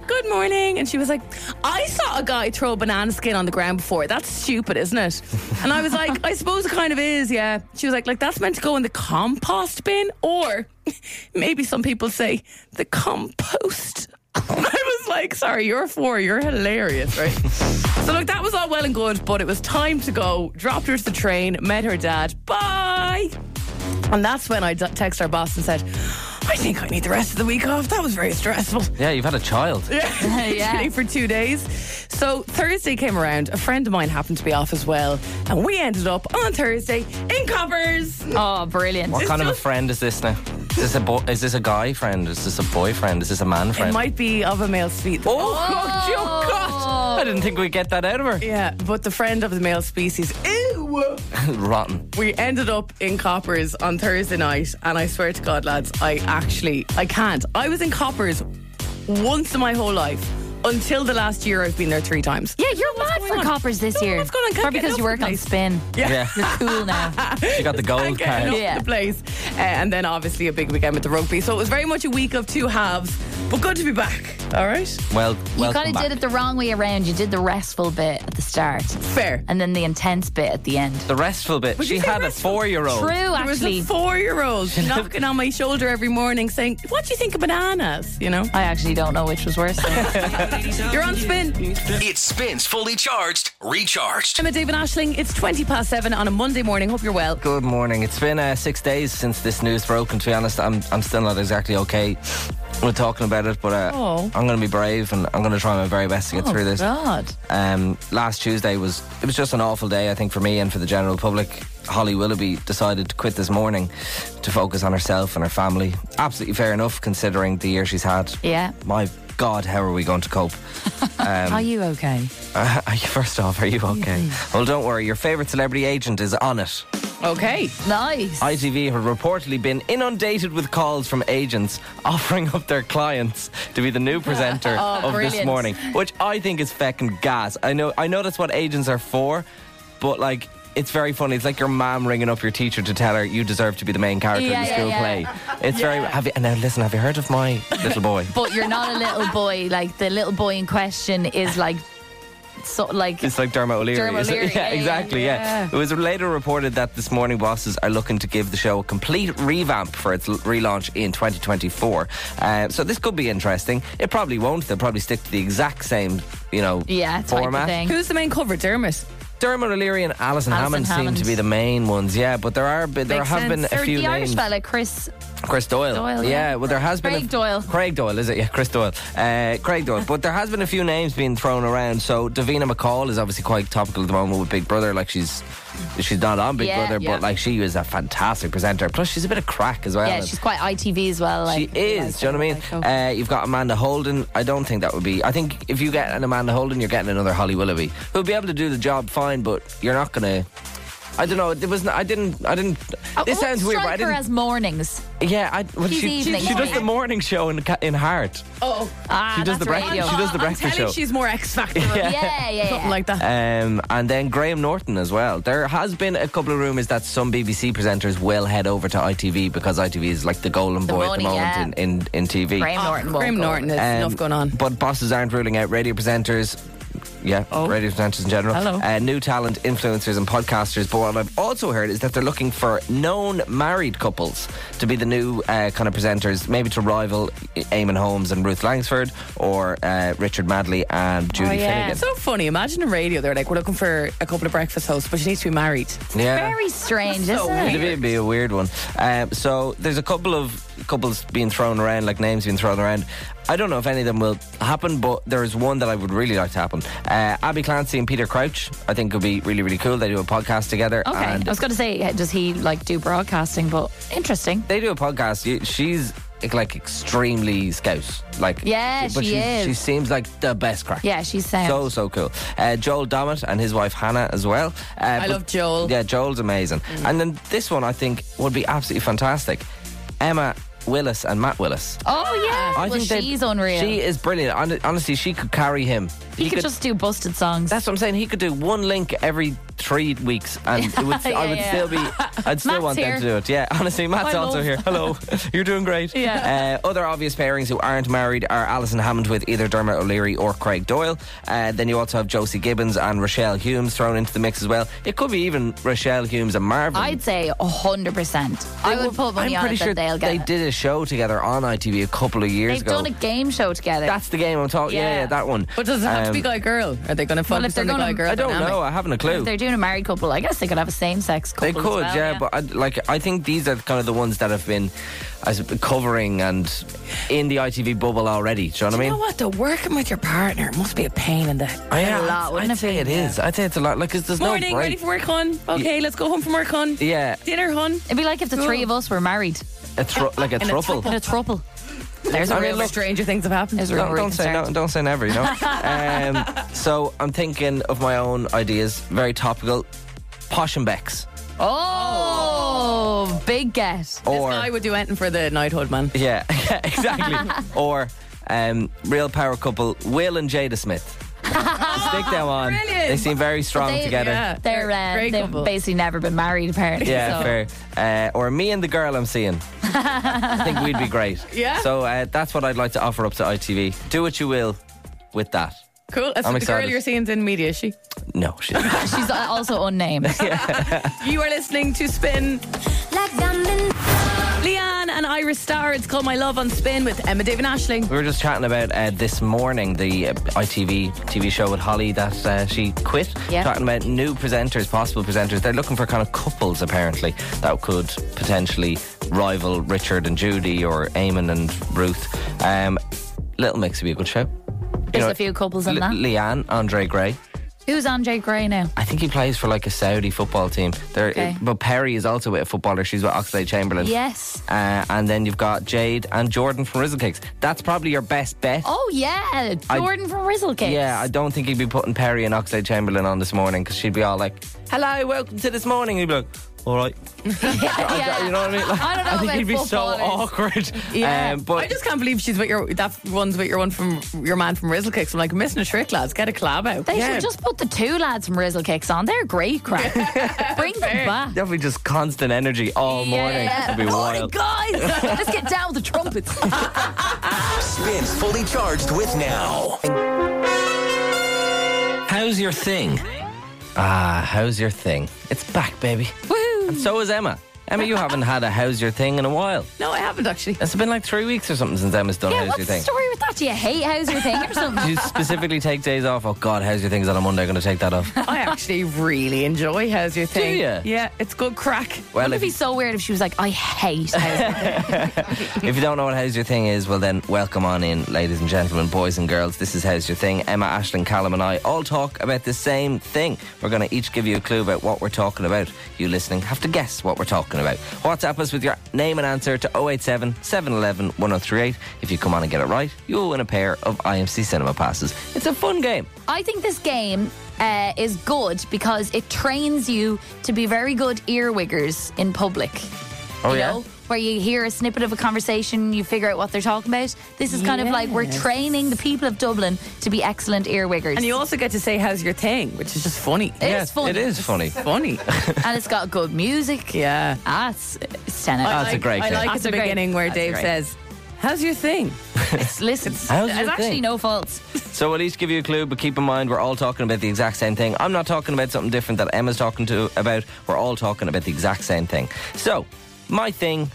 C: good morning. And she was like, I saw a guy throw a banana skin on the ground before. That's stupid, isn't it? And I was like, I suppose it kind of is, yeah. She was like, like that's meant to go in the compost bin, or maybe some people say the compost. I was like, sorry, you're four, you're hilarious, right? so look, that was all well and good, but it was time to go. Dropped her to the train, met her dad. Bye. And that's when I d- texted our boss and said, I think I need the rest of the week off. That was very stressful
E: Yeah, you've had a child.
C: literally for two days. So Thursday came around. A friend of mine happened to be off as well, and we ended up on Thursday in Coppers.
D: Oh, brilliant.
E: What kind of a
C: just-
E: friend is this now? Is this a bo- is this a guy friend? Is this a boyfriend? Is this a man
C: It
E: friend?
C: might be of a male species.
E: oh, God, you God! I didn't think we'd get that out of her.
C: Yeah, but the friend of the male species. Ew.
E: Rotten.
C: We ended up in Coppers on Thursday night, and I swear to God, lads, I actually I can't. I was in Coppers once in my whole life. Until the last year, I've been there three times.
D: Yeah, you're mad
C: going
D: for
C: on?
D: coppers this
C: Don't know
D: year.
C: what's going on. Can't
D: Probably
C: get
D: because you
C: enough
D: work
C: of
D: on
C: this.
D: spin.
E: Yeah,
D: You're cool now.
E: she got the gold
C: getting
E: card.
C: up
D: Yeah.
C: the place. Uh, and then obviously a big weekend with the rugby. So it was very much a week of two halves, but good to be back. All right?
E: Well,
D: You
E: welcome
D: kind of
E: back.
D: did it the wrong way around. You did the restful bit at the start
C: Fair.
D: and then the intense bit at the end.
E: the restful bit.
C: Would
E: she
C: you say
E: had
C: restful?
E: a four-year-old.
D: True,
C: There was
D: actually.
C: a four year old knocking on my shoulder every morning saying, What do you think of bananas? You know?
D: I actually don't know which was worse.
C: You're on spin.
A: It spins fully charged, recharged.
C: Emma David Ashling, it's 20 past seven on a Monday morning. Hope you're well.
E: Good morning. It's been uh, six days since this news broke, and to be honest, I'm I'm still not exactly okay with talking about it. But uh,
C: Oh.
E: I'm going to be brave, and I'm going to try my very best
D: Oh,
E: to get through this.
D: God.
E: um, last Tuesday was it was just an awful day, I think, for me and for the general public. Holly Willoughby decided to quit this morning to focus on herself and her family. Absolutely fair enough, considering the year she's had.
D: Yeah.
E: My God, how are we going to cope? Um,
D: Are you okay?
E: Uh, are you- first off, are you okay? Well, don't worry. Your favourite celebrity agent is on it.
C: Okay.
D: Nice.
E: ITV have reportedly been inundated with calls from agents offering up their clients to be the new presenter of
D: Oh,
E: this
D: brilliant.
E: morning, which I think is feckin' gas. I know, I know that's what agents are for, but like. It's very funny. It's like your mom ringing up your teacher to tell her you deserve to be the main character
D: Yeah,
E: in the
D: yeah,
E: school
D: yeah.
E: play. It's very. Have you, and now listen, have you heard of my little boy?
D: but you're not a little boy. Like the little boy in question is like, so like
E: It's like Dermot O'Leary.
D: Dermot
E: isn't it?
D: O'Leary,
E: Yeah,
D: yeah, yeah,
E: exactly. Yeah. It was later reported that this morning bosses are looking to give the show a complete revamp for its l- relaunch in 2024. Uh, so this could be interesting. It probably won't. They'll probably stick to the exact same, you know,
D: yeah type of
E: format.
D: thing.
C: Who's the main cover? Dermot.
E: Dermot O'Leary and
D: Alison
E: Alison, Hammond,
D: Hammond.
E: seem to be the main ones. Yeah, but there are there
C: Makes
E: have
C: sense.
E: been a
D: Or
E: few
D: the Irish
E: names.
D: fella, Chris.
E: Chris Doyle.
D: Doyle,
E: yeah.
D: yeah.
E: well, there has been
D: Craig
E: a,
D: Doyle.
E: Craig Doyle, is it? Yeah, Chris Doyle. Uh, Craig Doyle. but there has been a few names being thrown around. So Davina McCall is obviously quite topical at the moment with Big Brother. Like she's she's not on Big
D: Yeah,
E: Brother,
C: yeah.
E: but like she is a fantastic presenter. Plus, she's a bit of crack as well.
D: Yeah,
E: And-
D: she's quite ITV as well.
E: she
D: Like, oh.
E: is. Do you know what I mean? Uh, you've got Amanda Holden. I don't think that would be. I think if you get an Amanda Holden, you're getting another Holly Willoughby, who'll be able to do the job fine, but you're not gonna. I don't know. It was. n I didn't. I didn't.
D: Uh,
E: Uh, this sounds weird, but I
D: her
E: didn't.
D: as Oh, mornings.
E: yeah, I, well,
D: She's
E: she,
D: evening,
E: she does
D: yeah.
E: the morning show in Ca- in Heart.
C: Oh,
D: Ah,
E: She does
D: that's
E: the breakfast-
D: radio.
E: she does
C: I'm
E: the breakfast
C: telling
E: show.
C: She's more X Factor.
D: yeah, yeah, yeah.
C: Something like that.
E: Um, and then Graham Norton as well. There has been a couple of rumours that some BBC presenters will head over to ITV because ITV is like the golden
D: The
E: boy
D: money,
E: at the moment
D: yeah.
E: in, in, in TV.
D: Graham
C: Oh,
D: Norton. won't
C: Graham
D: go.
C: Norton, there's
E: Um,
C: enough going on.
E: But bosses aren't ruling out radio presenters. Yeah,
C: Oh.
E: radio presenters in general.
C: Hello.
E: Uh, new talent, influencers, and podcasters. But what I've also heard is that they're looking for known married couples to be the new uh, kind of presenters, maybe to rival Eamon Holmes and Ruth Langsford or uh, Richard Madley
C: Oh,
E: and Judy
D: yeah.
E: Finnegan.
C: It's so funny. Imagine in radio, they're like, we're looking for a couple of breakfast hosts, but she needs to be married.
E: yeah.
D: Very strange,
C: That's so
D: isn't
E: It'd
D: it?
E: be, it'd be a weird one. Um, so there's a couple of couples being thrown around, like names being thrown around. I don't know if any of them will happen, but there is one that I would really like to happen. Uh, Abby Clancy and Peter Crouch, I think, would be really, really cool. They do a podcast together.
D: Okay,
E: and
D: I was going to say, does he like do broadcasting? But interesting.
E: they do a podcast. You- She's like extremely scout. Like,
D: Yeah,
E: but
D: she
E: she's-
D: is.
E: She seems like the best crack.
D: Yeah, she's sound.
E: So so cool. Uh, Joel Dommett and his wife Hannah as well. Uh, I
C: love Joel.
E: Yeah, Joel's amazing.
D: Mm.
E: And then this one I think would be absolutely fantastic. Emma Willis and Matt Willis.
D: oh yeah,
E: I
D: well,
E: think they'd-
D: she's unreal.
E: She is brilliant. Hon- Honestly, she could carry him.
D: he could just do busted songs.
E: That's what I'm saying. He could do one link every three weeks, and it would, I
D: Yeah,
E: would
D: yeah.
E: still be. I'd still
D: Matt's
E: want
D: here.
E: them to do it. Yeah, honestly, Matt's
D: I
E: also
D: love-
E: here. Hello, you're doing great.
D: Yeah.
E: Uh, other obvious pairings who aren't married are Alison Hammond with either Dermot O'Leary or Craig Doyle. Uh, then you also have Josie Gibbons and Rochelle Humes thrown into the mix as well. It could be even Rochelle Humes and Marvin.
D: I'd say hundred percent. I would put money on
E: I'm pretty
D: it
E: sure
D: that they'll get
E: they
D: it.
E: did a show together on ITV a couple of years
D: They've
E: ago.
D: done a game show together.
E: That's the game I'm talking. Yeah,
D: Yeah.
E: yeah, that one.
C: But does it have to
E: Um,
C: be guy girl? Are they going to
D: if
C: focus
D: they're
C: on the
D: gonna-
C: guy girl?
E: I don't
C: dynamic?
E: know. I haven't a clue.
D: if they're doing a married couple, I guess they could have a same-sex couple.
E: They
D: as
E: could,
D: well,
E: yeah, but I, like I think these are kind of the ones that have been as covering and in the ITV bubble already. Do you know what I
C: You
E: mean?
C: know what? Though working with your partner must be a pain in the
E: I
D: a lot, wouldn't
E: I'd
D: it
E: say
D: be?
E: it is. I'd say it's a lot. Like, 'cause there's
C: morning.
E: no break.
C: ready for work, hon? Okay, let's go home from work, hon.
E: yeah,
C: Dinner, hon.
D: it'd be like if the three of us were married
E: a tru- like a
C: In a
E: truffle.
D: in a trouble. There's a
E: I mean,
D: real
E: look-
C: Stranger things have happened.
D: There's a real
E: Don't, don't say no,
D: concern.
E: don't say never. You know. um, so I'm thinking of my own ideas. Very topical. Posh and Becks,
D: Oh, big get.
C: This
E: or
C: guy would do anything for the knighthood, man.
E: yeah, yeah, exactly, or um, real power couple Will and Jada Smith. Stick them on.
C: brilliant.
E: They seem very strong
D: They-
E: together.
C: yeah.
D: They're uh,
C: Great
D: they've
C: couple.
D: basically never been married, apparently.
E: Yeah,
D: so.
E: fair. Uh, or me and the girl I'm seeing. I think we'd be great.
C: Yeah?
E: So uh, that's what I'd like to offer up to ITV. Do what you will with that.
C: Cool. That's
E: I'm
C: the
E: excited.
C: girl you're seeing's in media, is she?
E: No, shit.
D: She's also unnamed.
C: You are listening to Spin.
G: Like diamond
C: Leanne and Iris Star. It's called My Love on Spin with Emma David Ashling.
E: we were just chatting about uh, this morning the uh, ITV TV show with Holly that uh, she quit.
D: Yeah.
E: Talking about new presenters, possible presenters. They're looking for kind of couples apparently that could potentially rival Richard and Judy or Eamon and Ruth. Um, Little Mix would be a good show.
D: There's a few couples in
E: Le-
D: that.
E: Leanne, Andre Gray.
D: Who's Andre Gray now?
E: I think he plays for like a Saudi football team. There,
D: Okay.
E: but Perry is also a footballer. She's with Oxlade Chamberlain.
D: Yes.
E: Uh, and then you've got Jade and Jordan from Rizzle Kicks. That's probably your best bet.
D: Oh yeah, Jordan from Rizzle Cakes.
E: Yeah, I don't think he'd be putting Perry and Oxlade Chamberlain on this morning because she'd be all like, "Hello, welcome to this morning." He'd be like, "All right."
D: yeah.
E: You know what I mean? Like,
D: I don't know
E: think
D: about
E: he'd be so
D: footballers.
E: awkward. Um,
D: Yeah.
E: but
C: I just can't believe she's with your that one's with your one from your man from Rizzle Kicks. I'm like missing a trick, lads. Get a collab out.
D: They
E: Yeah.
D: should just put the two lads from Rizzle Cakes on. They're great crack. Bring them back.
E: definitely just constant energy all morning. It'd be
D: Morning,
E: wild.
D: guys. Let's get down with the trumpets.
A: Spins fully charged with now. How's your thing?
E: Ah, how's your thing? It's back, baby.
D: Woo!
E: So is Emma. Emma, you haven't had a how's your thing in a while.
C: No, I haven't actually.
E: It's been like three weeks or something since Emma's done
D: Yeah,
E: how's
D: what's
E: your
D: the
E: thing.
D: story with that? Do you hate How's Your Thing or
E: Do
D: something?
E: you specifically take days off? Oh God, how's your things on a Monday? I'm going to take that off.
C: I actually really enjoy How's Your Thing.
E: ya?
C: Yeah, it's good crack.
E: Well,
D: It'd
E: if,
D: be so weird if she was like, I hate How's Your Thing.
E: if you don't know what how's your thing is, well then welcome on in, ladies and gentlemen, boys and girls. This is how's your thing. Emma, Ashton, Callum, and I all talk about the same thing. We're going to each give you a clue about what we're talking about. You listening have to guess what we're talking about. WhatsApp us with your name and answer to 087 711 1038. If you come on and get it right, you'll win a pair of IMC Cinema passes. It's a fun game.
D: I think this game uh, is good because it trains you to be very good earwiggers in public.
E: Oh
D: you
E: yeah.
D: know, where you hear a snippet of a conversation, you figure out what they're talking about. This is kind of like we're
C: Yes.
D: training the people of Dublin to be excellent earwiggers.
C: And you also get to say How's Your Thing, which is just funny.
D: It
E: Yeah,
D: is funny.
E: It is funny.
C: Funny.
D: and it's got good music.
C: Yeah.
D: Ah, it's, it's 10 out of
C: I
E: That's a
C: like-
E: great
C: I
E: game.
C: like at
D: That's
C: the
D: a great-
C: beginning where
D: that's a
C: Dave
D: great-
C: says, How's your thing?
D: It's, listen, it's,
E: How's your
D: actually
E: thing?
D: no faults.
E: So we'll each give you a clue, but keep in mind we're all talking about the exact same thing. I'm not talking about something different that Emma's talking to about. We're all talking about the exact same thing. So my thing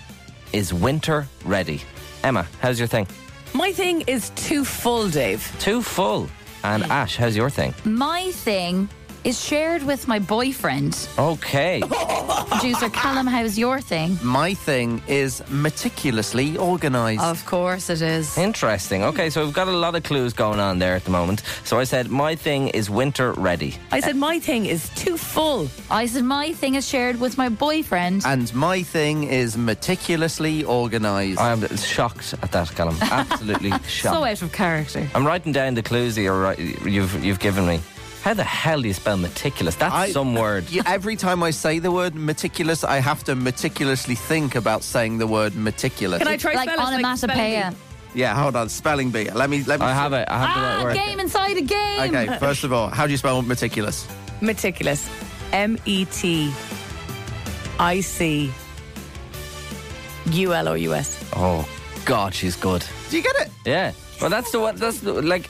E: is winter ready. Emma, how's your thing?
C: My thing is too full, Dave.
E: Too full. And Ash, how's your thing?
D: My thing is shared with my boyfriend,
E: Oh. Okay.
D: producer Callum. How's your thing?
H: My thing is meticulously organised.
D: Of course it is.
E: Interesting. Okay, so we've got a lot of clues going on there at the moment. So I said my thing is winter ready.
C: I said, My thing is too full.
D: I said my thing is shared with my boyfriend.
H: and my thing is meticulously organised.
E: I'm shocked at that, Callum. Absolutely shocked.
D: so out of character.
E: I'm writing down the clues that you're, wri- you've you've given me. How the hell do you spell meticulous? That's
H: I-
E: some word.
H: Yeah, every time I say the word meticulous, I have to meticulously think about saying the word meticulous.
C: Can I try
D: like
C: spell it? spelling
D: onomatopoeia.
C: bee?
H: yeah, hold on. Spelling bee. Let me. Let me.
E: I have it. I have the right
D: ah,
E: word.
D: game inside a game.
H: Okay. First of all, how do you spell meticulous?
C: Meticulous. M E T I C U L O U S.
E: Oh God, she's good.
H: Do you get it?
E: Yeah. Well, that's the one. That's the, like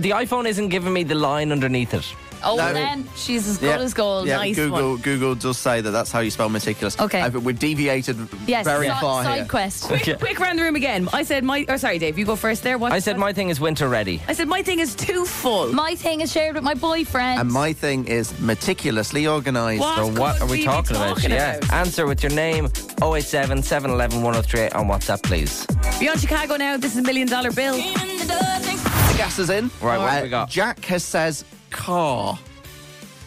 E: the iPhone isn't giving me the line underneath it.
D: Oh,
H: No.
D: then she's as good as gold.
H: Yeah,
C: Nice
H: Google
C: one.
H: Google does say that that's how you spell meticulous.
D: Okay.
H: Uh, but we've deviated
D: Yes,
H: very
D: si-
H: far
D: side
H: here.
D: quest.
E: Yeah.
C: Quick round the room again. I said, My. Oh, sorry, Dave, you go first there. What,
E: I said my thing is winter ready.
C: I said, My thing is too full.
D: My thing is shared with my boyfriend.
H: And my thing is meticulously organised.
C: What?
E: So
C: Of
E: what
C: course
E: are we
C: we be
E: talking,
C: talking
E: Yeah.
C: about.
E: Answer with your name 087 711 1038 on WhatsApp, please.
C: Beyond Chicago now, this is a million dollar bill.
H: The gas is in. Uh,
E: Right, what have we got?
H: Jack has says car.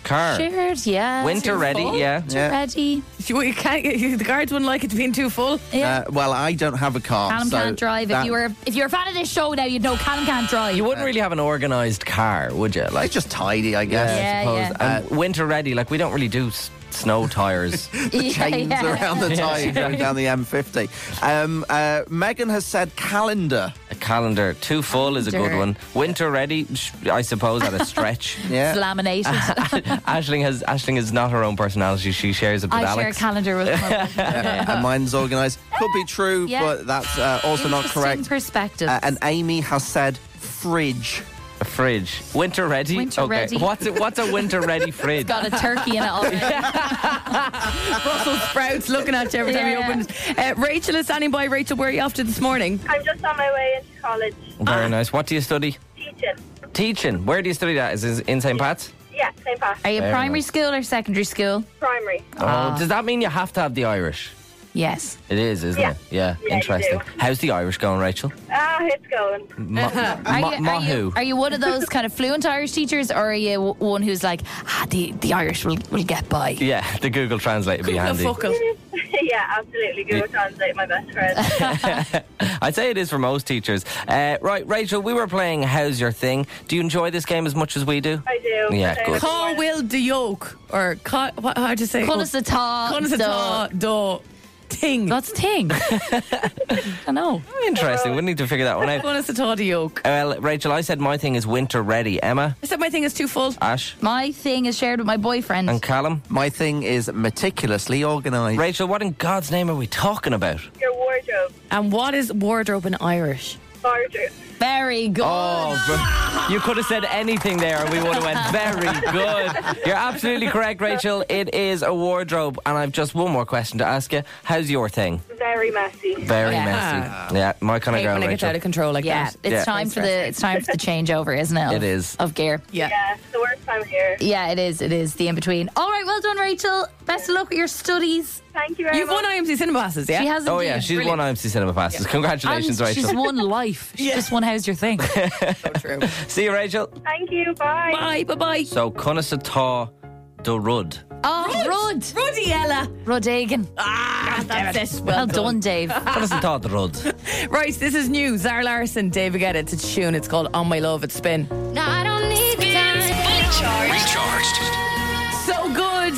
E: Car.
D: shared, yeah.
E: Winter ready. Yeah.
H: Yeah.
D: Ready.
C: You, you can't, you, the guards wouldn't like it being too full.
D: Yeah.
H: Uh, well, I don't have a car.
D: Callum
H: so
D: can't drive.
H: that-
D: If you were if you're a fan of this show now, you'd know Callum can't drive.
E: You wouldn't really have an organised car, would you? Like
H: It's just tidy, I guess.
D: Yeah,
E: I suppose.
H: Uh,
D: yeah.
E: And winter ready, like we don't really do s- snow tires.
D: the
H: Chains around the tyre going down the M50. Um, uh, Megan has said calendar.
E: a calendar too full is a good
D: Calendar.
E: one. Winter ready, sh- I suppose, at a stretch.
D: It's
H: Yeah.
D: laminated.
E: Ashling has Ashling is not her own personality. She shares it with
D: I share a
E: Alex.
D: calendar with my boyfriend.
H: Uh, And mine's organised. Could be true,
D: Yeah.
H: but that's uh, also not
D: Interesting
H: correct.
D: Perspective.
H: Uh, and Amy has said fridge.
E: a fridge. Winter ready.
D: Winter ready.
E: What's a, what's a winter ready fridge?
D: Got a turkey in it already.
C: Brussels sprouts looking at you every time
D: Yeah.
C: you open it. Uh, Rachel is standing by. Rachel, where are you off to this morning?
I: I'm just on my way into college
E: Very nice. What do you study?
I: teaching.
E: Teaching. Where do you study that? Is it in St. Pat's?
I: Yeah, same path.
D: Are you
E: Very
D: primary
E: nice.
D: school or secondary school?
I: Primary.
D: Ah.
E: oh, does that mean you have to have the Irish?
D: Yes.
E: It is, isn't
I: Yeah.
E: it? Yeah.
I: Yeah, you
E: Interesting.
I: do.
E: How's the Irish going, Rachel?
I: Ah, it's going.
D: Are
E: Ma-
D: you,
E: ma
D: are,
E: who?
D: you, are you one of those kind of fluent Irish teachers, or are you w- one who's like, ah, the, the Irish will, will get by?
E: Yeah, the Google Translate would be handy.
C: Fuckle.
I: yeah, absolutely. Google Translate, my best friend.
E: I'd say it is for most teachers. Uh, right, Rachel, we were playing How's Your Thing. Do you enjoy this game as much as we do?
I: I do.
E: Yeah,
I: Um,
E: good.
C: Call Will de Yoke. Or, ca- what, how do you say it?
D: Call us a talk.
C: Call us a ta- da ting.
D: That's a thing. I know.
E: Interesting. We need to figure that one out.
C: Call us a ta de yoke.
E: Well, Rachel, I said my thing is winter ready. Emma,
C: I said my thing is too full.
E: Ash,
D: My thing is shared with my boyfriend.
E: and Callum.
H: My thing is meticulously organised.
E: Rachel, what in God's name are we talking about?
I: Your wardrobe.
C: And what is wardrobe in Irish?
I: Barger.
D: Very good.
H: Oh, but
E: You could have said anything there and we would have went very good. You're absolutely correct, Rachel. It is a wardrobe. And I've just one more question to ask you. How's your thing?
I: Very messy.
E: Very
D: Yeah.
E: messy. Yeah, my kind of
C: Hate
E: girl,
C: when it gets
E: Rachel.
C: out of control like
D: yeah,
C: that.
D: it's
E: Yeah.
D: time for the it's time for the changeover, isn't it?
E: It
D: of-
E: is.
D: of gear.
C: yeah.
I: Yeah, it's the worst time of year.
D: Yeah, it is. It is the in between. All right, well done, Rachel. Best of luck with your studies.
I: Thank you very
C: You've
I: much.
C: won IMC Cinema Passes, yeah?
D: She has.
E: Oh
D: indeed.
E: yeah, she's
D: Brilliant.
E: won IMC Cinema passes. Congratulations,
C: Um,
D: And
E: Rachel.
D: She's won life. She just won. How's your thing?
C: True.
E: See you, Rachel.
I: Thank you. Bye.
C: bye, bye, bye.
E: So Conasata de Rud.
D: Oh, Rod.
C: Ruddy Ella.
D: Rodagan.
C: Ah, that's it.
D: Well done, Dave.
E: Conasata de Rud.
C: Right, this is new. Zara Larson, Dave Guetta. It's a tune. It's called On My Love. It's Spin.
D: no, I don't need the
B: Spins Fully Charged.
A: Recharged.
C: So good.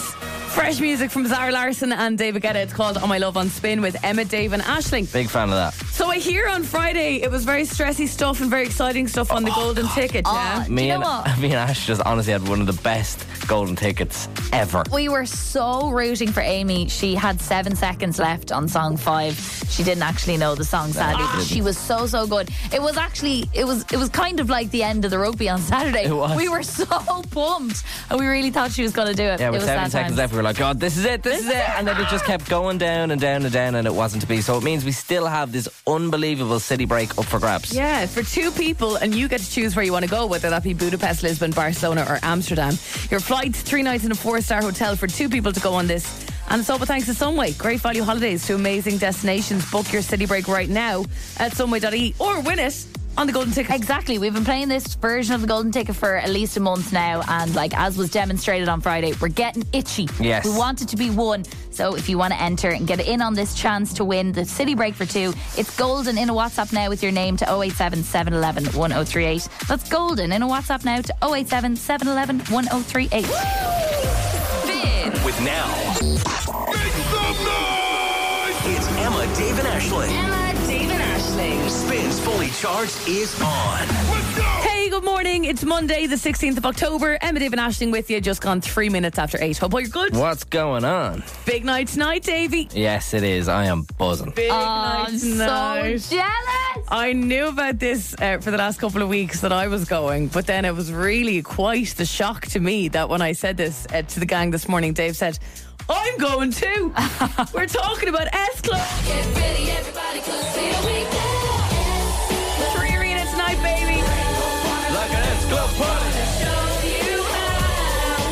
C: Fresh music from Zara Larson and David Guetta. It's called On My Love on Spin with Emma, Dave, and Ashling.
E: Big fan of that.
C: So I hear on Friday it was very stressy stuff and very exciting stuff on the golden ticket. Yeah.
D: Do
E: Me
D: you know
E: and
D: what?
E: me and Ash just honestly had one of the best golden tickets ever.
D: We were so rooting for Amy. She had seven seconds left on song five. She didn't actually know the song, sadly. but she was so so good. It was actually it was it was kind of like the end of the rugby on Saturday.
E: It was.
D: We were so pumped, and we really thought she was going to do it.
E: Yeah,
D: it
E: with
D: was
E: seven
D: sad
E: seconds
D: times.
E: left, we were like, God, this is it, this, is it. And then it just kept going down and down and down, and it wasn't to be. So it means we still have this unbelievable city break up for grabs.
C: Yeah, for two people, and you get to choose where you want to go, whether that be Budapest, Lisbon, Barcelona, or Amsterdam. Your flights, three nights in a four star hotel for two people to go on this. And it's all but thanks to Sunway. Great value holidays to amazing destinations. Book your city break right now at sunway.ie or win it on the golden ticket.
D: Exactly. We've been playing this version of the Golden Ticket for at least a month now, and like as was demonstrated on Friday, we're getting itchy.
E: Yes.
D: We want it to be one. So if you want to enter and get in on this chance to win the City Break for two, it's golden in a WhatsApp now with your name to 087 711 1038. That's golden in a WhatsApp now to 087 711 1038.
B: Spins
A: With now. It's Emma, Dave, and Ashling.
B: Emma, Dave, and Ashling.
A: Spins Fully Charged is on.
C: Hey, good morning. It's Monday, the 16th of October. Emma, Dave, and Ashling with you. Just gone three minutes after eight. Hope all you're good.
E: What's going on?
C: Big night tonight, Davy.
E: Yes, it is. I am buzzing.
C: Big
D: Oh, I'm
C: night tonight.
D: so jealous.
C: I knew about this uh, for the last couple of weeks that I was going, but then it was really quite the shock to me that when I said this uh, to the gang this morning, Dave said, I'm going too. We're talking about S Club. Three arena tonight, baby.
E: Like an S Club party.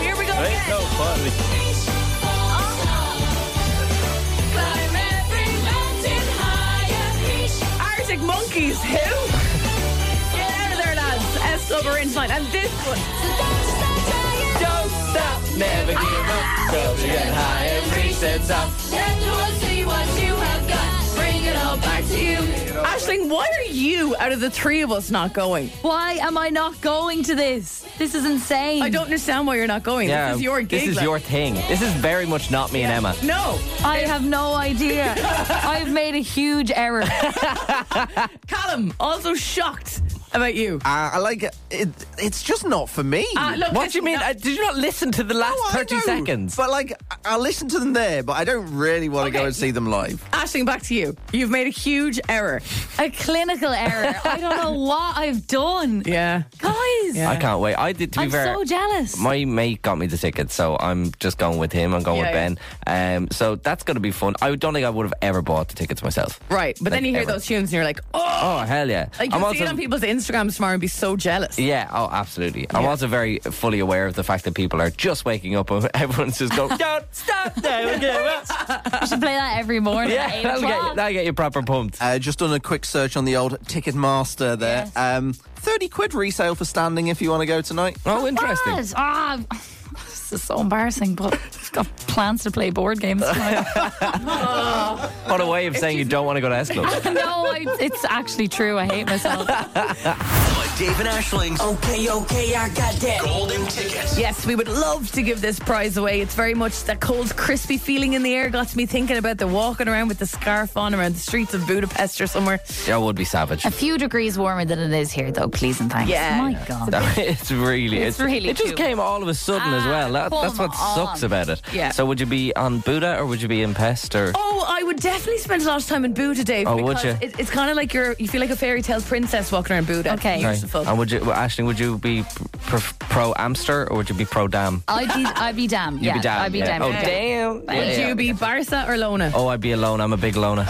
C: Here we go again.
E: party.
C: Arctic Monkeys, who? Get out of there, lads. S Club are in tonight. And this one.
E: Don't stop, never give up. Go to get high and reset up.
C: Ashling, why are you out of the three of us not going?
D: Why am I not going to this? This is insane.
C: I don't understand why you're not going.
E: Yeah,
C: this is your gig.
E: This is
C: like-
E: your thing. This is very much not me and Emma.
C: No.
D: I have no idea. I've made a huge error.
C: Callum, also shocked about you.
H: uh, I like it. it. It's just not for me.
C: Uh, look,
E: What
C: this-
E: do you mean?
C: no-
E: Uh, did you not listen to the last
H: No, I
E: 30
H: know,
E: seconds?
H: But like, I- I'll listen to them there, but I don't really want to
C: Okay.
H: go and see them live.
D: Uh,
C: Ashling, back to you. You've made a huge error.
D: a clinical error. I don't know what I've done.
C: Yeah.
D: Guys,
E: I can't wait. I did, to be
D: I'm
E: fair.
D: so jealous.
E: my mate got me the ticket, so I'm just going with him. I'm going
C: Yeah,
E: with Ben. Um, so that's going to be fun. I don't think I would have ever bought the tickets myself.
C: Right. But then
E: Like
C: you hear
E: ever.
C: those tunes and you're like, oh.
E: Oh hell yeah!
C: Like, you
E: I'm
C: see
E: also
C: it on people's Instagrams tomorrow and be so jealous.
E: yeah. Oh absolutely. I'm
C: Yeah.
E: also very fully aware of the fact that people are just waking up and everyone's just going, "Don't stop now again."
D: I should play that every morning. at
E: yeah,
D: eight
E: that'll get,
D: o'clock.
E: that'll get you proper pumped.
H: Uh, just done a quick search on the old Ticketmaster there.
D: Yes.
H: Um, 30 quid resale for standing if you want to go tonight.
E: Oh, interesting.
D: Bad. Ah, this is so embarrassing, but I've got plans to play board games. tonight.
E: What a way of saying you don't want to go to S Club.
D: no, I, it's actually true. I hate myself.
A: Emma, Dave and Ashling's
J: Okay, okay, I got that.
A: Golden Ticket.
C: Yes, we would love to give this prize away. It's very much that cold, crispy feeling in the air got me thinking about the walking around with the scarf on around the streets of Budapest or somewhere.
E: That would be savage.
D: A few degrees warmer than it is here, though, please and thanks.
C: Yeah.
D: My God.
E: That- it's really,
D: It's
E: it's,
D: really
E: It
D: cool.
E: just came all of a sudden as
D: Ah,
E: well. That, that's
D: come
E: what sucks
D: on.
E: about it.
C: Yeah.
E: So would you be on Buddha or would you be in Pest or?
C: Oh, I would definitely spend a lot of time in Buddha, Dave.
E: Oh, would
C: because
E: you?
C: It, it's kind of like you're, you feel like a fairy tale princess walking around Buddha.
D: Okay.
E: Right.
C: Beautiful.
E: And would you, well, Ashley? Would you be pr- pro Amster or would you be pro Dam?
D: I'd be, I'd be damn.
E: You'd
D: Uh, yeah,
E: be Dam.
D: I'd be
E: yeah.
D: damn.
E: Oh
D: Yeah.
E: damn!
C: would
E: Yeah, yeah.
C: you be Barca or Lona?
E: Oh, I'd be alone. I'm a big loner.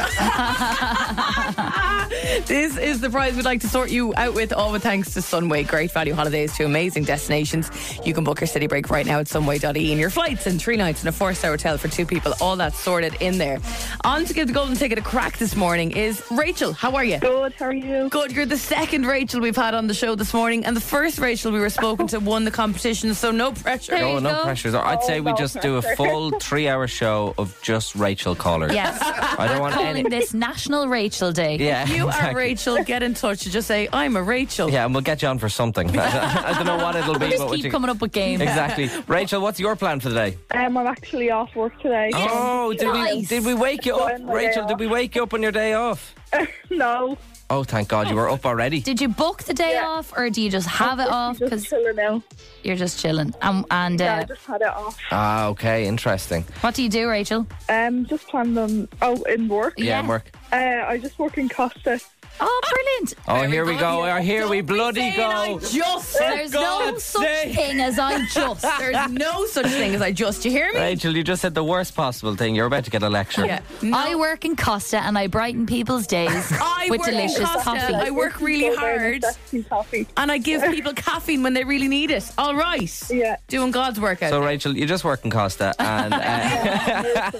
C: This is the prize we'd like to sort you out with, all with thanks to Sunway. Great value holidays to amazing destinations. You can book your city break right now at sunway.e and your flights and three nights in a four star hotel for two people. All that's sorted in there. On to give the golden ticket a crack this morning is Rachel. How are you?
I: Good, how are you?
C: Good. You're the second Rachel we've had on the show this morning, and the first Rachel we were spoken to won the competition, so no pressure.
D: There
E: oh,
D: you
E: no
D: go.
E: pressures. I'd say we
I: no
E: just do a full three-hour show of just Rachel callers.
D: Yes.
E: I don't want any.
D: Calling this National Rachel Day.
E: Yeah,
C: You are
E: exactly.
C: Rachel. Get in touch. Just say, I'm a Rachel.
E: Yeah, and we'll get you on for something. I don't know what it'll be.
D: Just
E: but
D: keep
E: you-
D: coming up with games.
E: Exactly. Rachel, what's your plan for the day?
I: Um, I'm actually off work today.
E: Oh, did we
D: Nice.
E: did we wake you up,
I: Going my day
E: Rachel? Did
I: off.
E: we wake you up on your day off?
I: No,
E: Oh, thank God you were up already.
D: Did you book the day
I: Yeah.
D: off or do you just have it off?
I: just
D: Because
I: chilling now.
D: you're just chilling. Um, and
I: Yeah, I
D: uh,
I: just had it off.
E: Ah, okay, interesting.
D: what do you do, Rachel?
I: Um, just planned on. Oh, in work.
E: Yeah,
D: Yeah.
E: work.
I: Uh, I just work in Costa.
D: Oh, brilliant.
E: Oh, here we go. Oh, Here we bloody go.
C: Just.
D: There's no
E: God's
D: such
E: sake.
D: thing as I just.
C: There's no such thing as I just. You hear me?
E: Rachel, you just said the worst possible thing. You're about to get a lecture.
C: Yeah. No.
D: I work in Costa and I brighten people's days
C: I
D: with
C: work in
D: delicious
C: Costa.
D: coffee.
C: I work really
I: Go there and
C: hard
I: just get coffee.
C: and I give people caffeine when they really need it. All right.
I: Yeah.
C: Doing God's work out.
E: So, Rachel, you just work in Costa, and uh,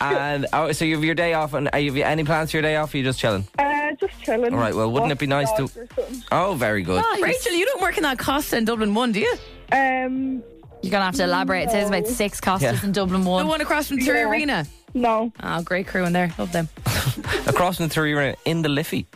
E: and oh, so you have your day off, and are you have you any plans for your day off? Or are you just chilling?
I: Uh, just chilling.
E: All right, well, wouldn't it be nice to-
I: Dogs or something.
E: Oh, very good.
C: Rachel, you don't work in that Costa in Dublin 1, do you?
I: Um,
D: You're going to have to elaborate. It says about six Costas
E: Yeah.
D: in Dublin
C: The
D: 1.
C: one across from Three
I: Yeah.
C: Arena.
I: no.
C: Oh, great crew in there. Love them.
E: Across from the three, you're in the Liffey.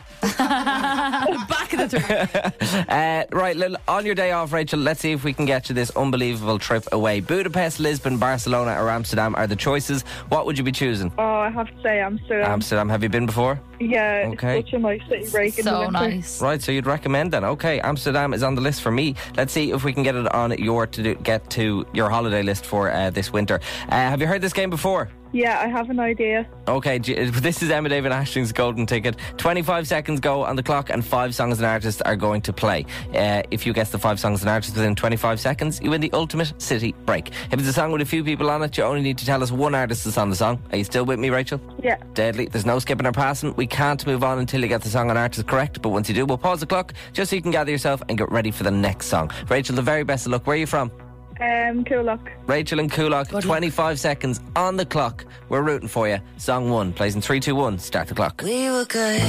C: Back of the three.
E: Uh, right, l- on your day off, Rachel, let's see if we can get you this unbelievable trip away. Budapest, Lisbon, Barcelona, or Amsterdam are the choices. What would you be choosing?
I: Oh, I have to say Amsterdam.
E: Amsterdam, have you been before?
I: yeah,
E: Okay.
I: it's such a nice city break in the
D: So
I: winter.
D: nice.
E: Right, so you'd recommend then. Okay, Amsterdam is on the list for me. Let's see if we can get it on your to do, get to your holiday list for uh, this winter. Uh, have you heard this game before?
I: Yeah, I have an idea.
E: Okay, G- this is Emma David Ashling's golden ticket. 25 seconds go on the clock, and five songs and artists are going to play. Uh, if you guess the five songs and artists within 25 seconds, you win the ultimate city break. If it's a song with a few people on it, you only need to tell us one artist that's on the song. Are you still with me, Rachel?
I: Yeah.
E: Deadly. There's no skipping or passing. We can't move on until you get the song and artist correct, but once you do, we'll pause the clock just so you can gather yourself and get ready for the next song. Rachel, the very best of luck. Where are you from?
I: Um, cool luck.
E: Rachel and Kulak, 25 seconds on the clock. We're rooting for you. Song one plays in 3, 2, 1. Start the clock.
J: We were good,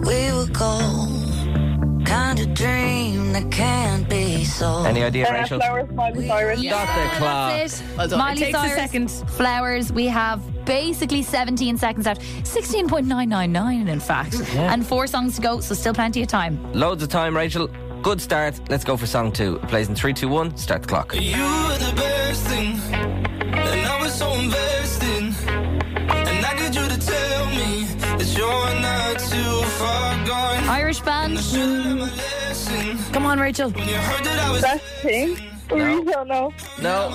J: we were gold. Kind of dream that can't be sold.
E: Any idea,
I: Uh,
E: Rachel?
I: flowers, Miley Cyrus.
E: Got the clock.
D: That's it.
C: Well done. It
D: Miley
C: takes a
D: Cyrus,
C: second.
D: Flowers. We have basically 17 seconds left. 16.999, in fact. And four songs to go, so still plenty of time.
E: Loads of time, Rachel. Good start. Let's go for song two. It plays in 3, 2, 1. Start the clock.
J: You were the best thing, and I was so invested. And I need you to tell me that you're not too far gone.
D: Irish band.
C: Come on, Rachel.
I: Best thing. Oh, We don't know.
E: No.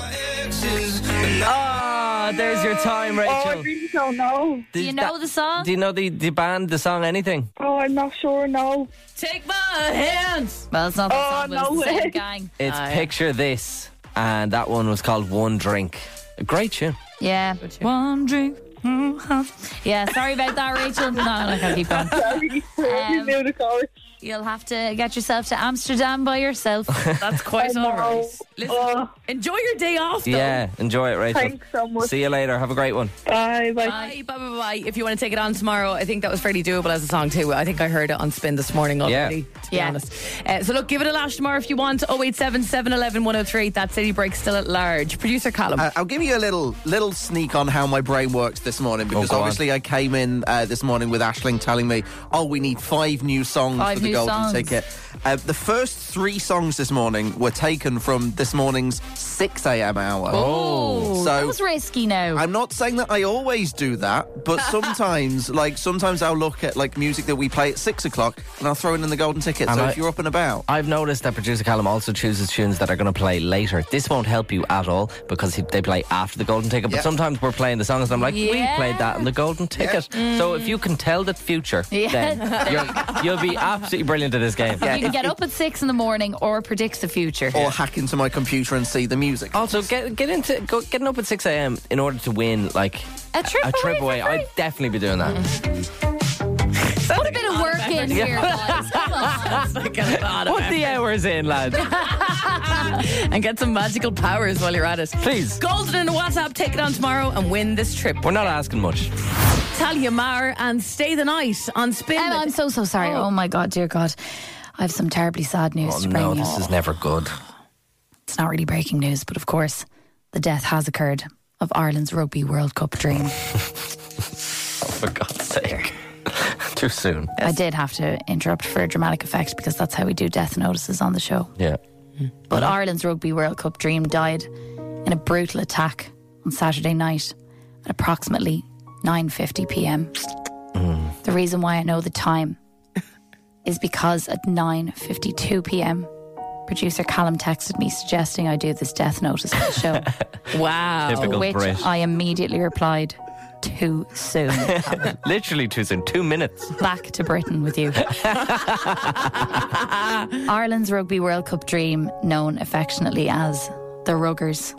E: Ah, there's your time,
I: Oh, I
E: Rachel.
I: really don't know.
E: Do
D: you know the song?
E: Do you know the, the band, the song, anything?
I: Oh, I'm not sure. No.
C: Take my hands.
D: Well, it's not the
I: Oh,
D: song, but
I: no
D: it's the same
I: way.
D: gang.
E: It's
C: Ah, yeah.
E: Picture This, and that one was called One Drink. A great tune.
D: Yeah.
C: tune.
D: One drink. mm, half. Yeah, sorry about that, Rachel. No, no, no, keep going.
I: Sorry. you
D: Um,
I: knew the chorus.
D: You'll have to get yourself to Amsterdam by yourself.
C: That's quite all right.
I: No.
C: Listen,
I: Oh,
C: enjoy your day off, though.
E: Yeah, enjoy it, Rachel.
I: thanks so much.
E: See you later. Have a great one.
I: Bye. Bye.
C: Bye, bye, bye, bye. If you want to take it on tomorrow, I think that was fairly doable as a song too. I think I heard it on spin this morning already.
E: Yeah.
C: To be
D: Yeah.
C: honest. Uh, so look, give it a lash tomorrow if you want. 087 711 103. That city break still at large. Producer Callum.
H: Uh, I'll give you a little little sneak on how my brain works this morning because
E: go on.
H: obviously I came in uh, this morning with Ashling telling me, "Oh, we need five new songs
D: Five
H: for the
D: new
H: golden
D: songs.
H: ticket. Uh, the first three songs this morning were taken from this morning's 6 a.m. hour.
D: Oh,
H: So-
D: that was risky now.
H: I'm not saying that I always do that, but sometimes, like sometimes I'll look at like music that we play at six o'clock, and I'll throw in the golden ticket.
E: And
H: so
E: I-
H: if you're up and about,
E: I've noticed that producer Callum also chooses tunes that are going to play later. This won't help you at all because he, they play after the golden ticket. But
H: Yeah.
E: sometimes we're playing the songs, and I'm like,
D: Yeah.
E: we played that in the golden ticket. So if you can tell the future,
D: Yeah.
E: then you're, you'll be absolutely brilliant at this game.
D: you can get up at six in the morning or predict the future.
H: or hack into my computer and see the music.
E: Also, get get into go, getting up at six a.m. in order to win like
D: A trip
E: a trip away.
D: away for free.
E: I'd definitely be doing that.
D: Put a bit of work in here, guys. Oh, Come on.
E: Put the hours in, lads.
C: and get some magical powers while you're at it.
E: Please.
C: Golden in the WhatsApp, take it on tomorrow and win this trip.
E: We're not asking much.
C: Talia Maher and Stay the Night on Spin.
D: Emma, I'm so, so sorry. Oh. my God, dear God. I have some terribly sad news
E: Oh
D: to bring
E: no,
D: you.
E: this is never good.
D: It's not really breaking news, but of course, the death has occurred of Ireland's Rugby World Cup dream.
E: For God's sake. Too soon.
D: I did have to interrupt for dramatic effect because that's how we do death notices on the show.
E: Yeah.
D: But Ireland's Rugby World Cup dream died in a brutal attack on Saturday night at approximately 9:50 p.m. The reason why I know the time is because at 9:52 p.m. producer Callum texted me suggesting I do this death notice on the show.
C: wow.
E: Typical
D: which
E: Brit.
D: I immediately replied, too soon.
E: Literally too soon. Two minutes.
D: Back to Britain with you. Ireland's Rugby World Cup dream, known affectionately as the Ruggers,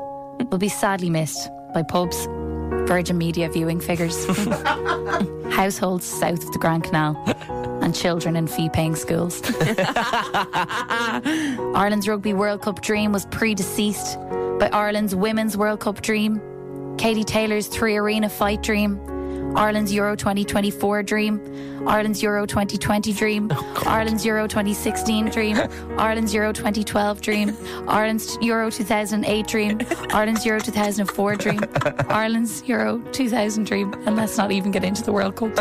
D: will be sadly missed by pubs, Virgin Media viewing figures, households south of the Grand Canal, and children in fee paying schools. Ireland's Rugby World Cup dream was predeceased by Ireland's Women's World Cup dream, Katie Taylor's three arena fight dream, Ireland's Euro 2024 dream, Ireland's Euro 2020 dream, Ireland's Euro 2016 dream, Ireland's Euro 2012 dream, Ireland's Euro 2008 dream, Ireland's Euro 2004 dream, Ireland's Euro 2000 dream, and let's not even get into the World Cup.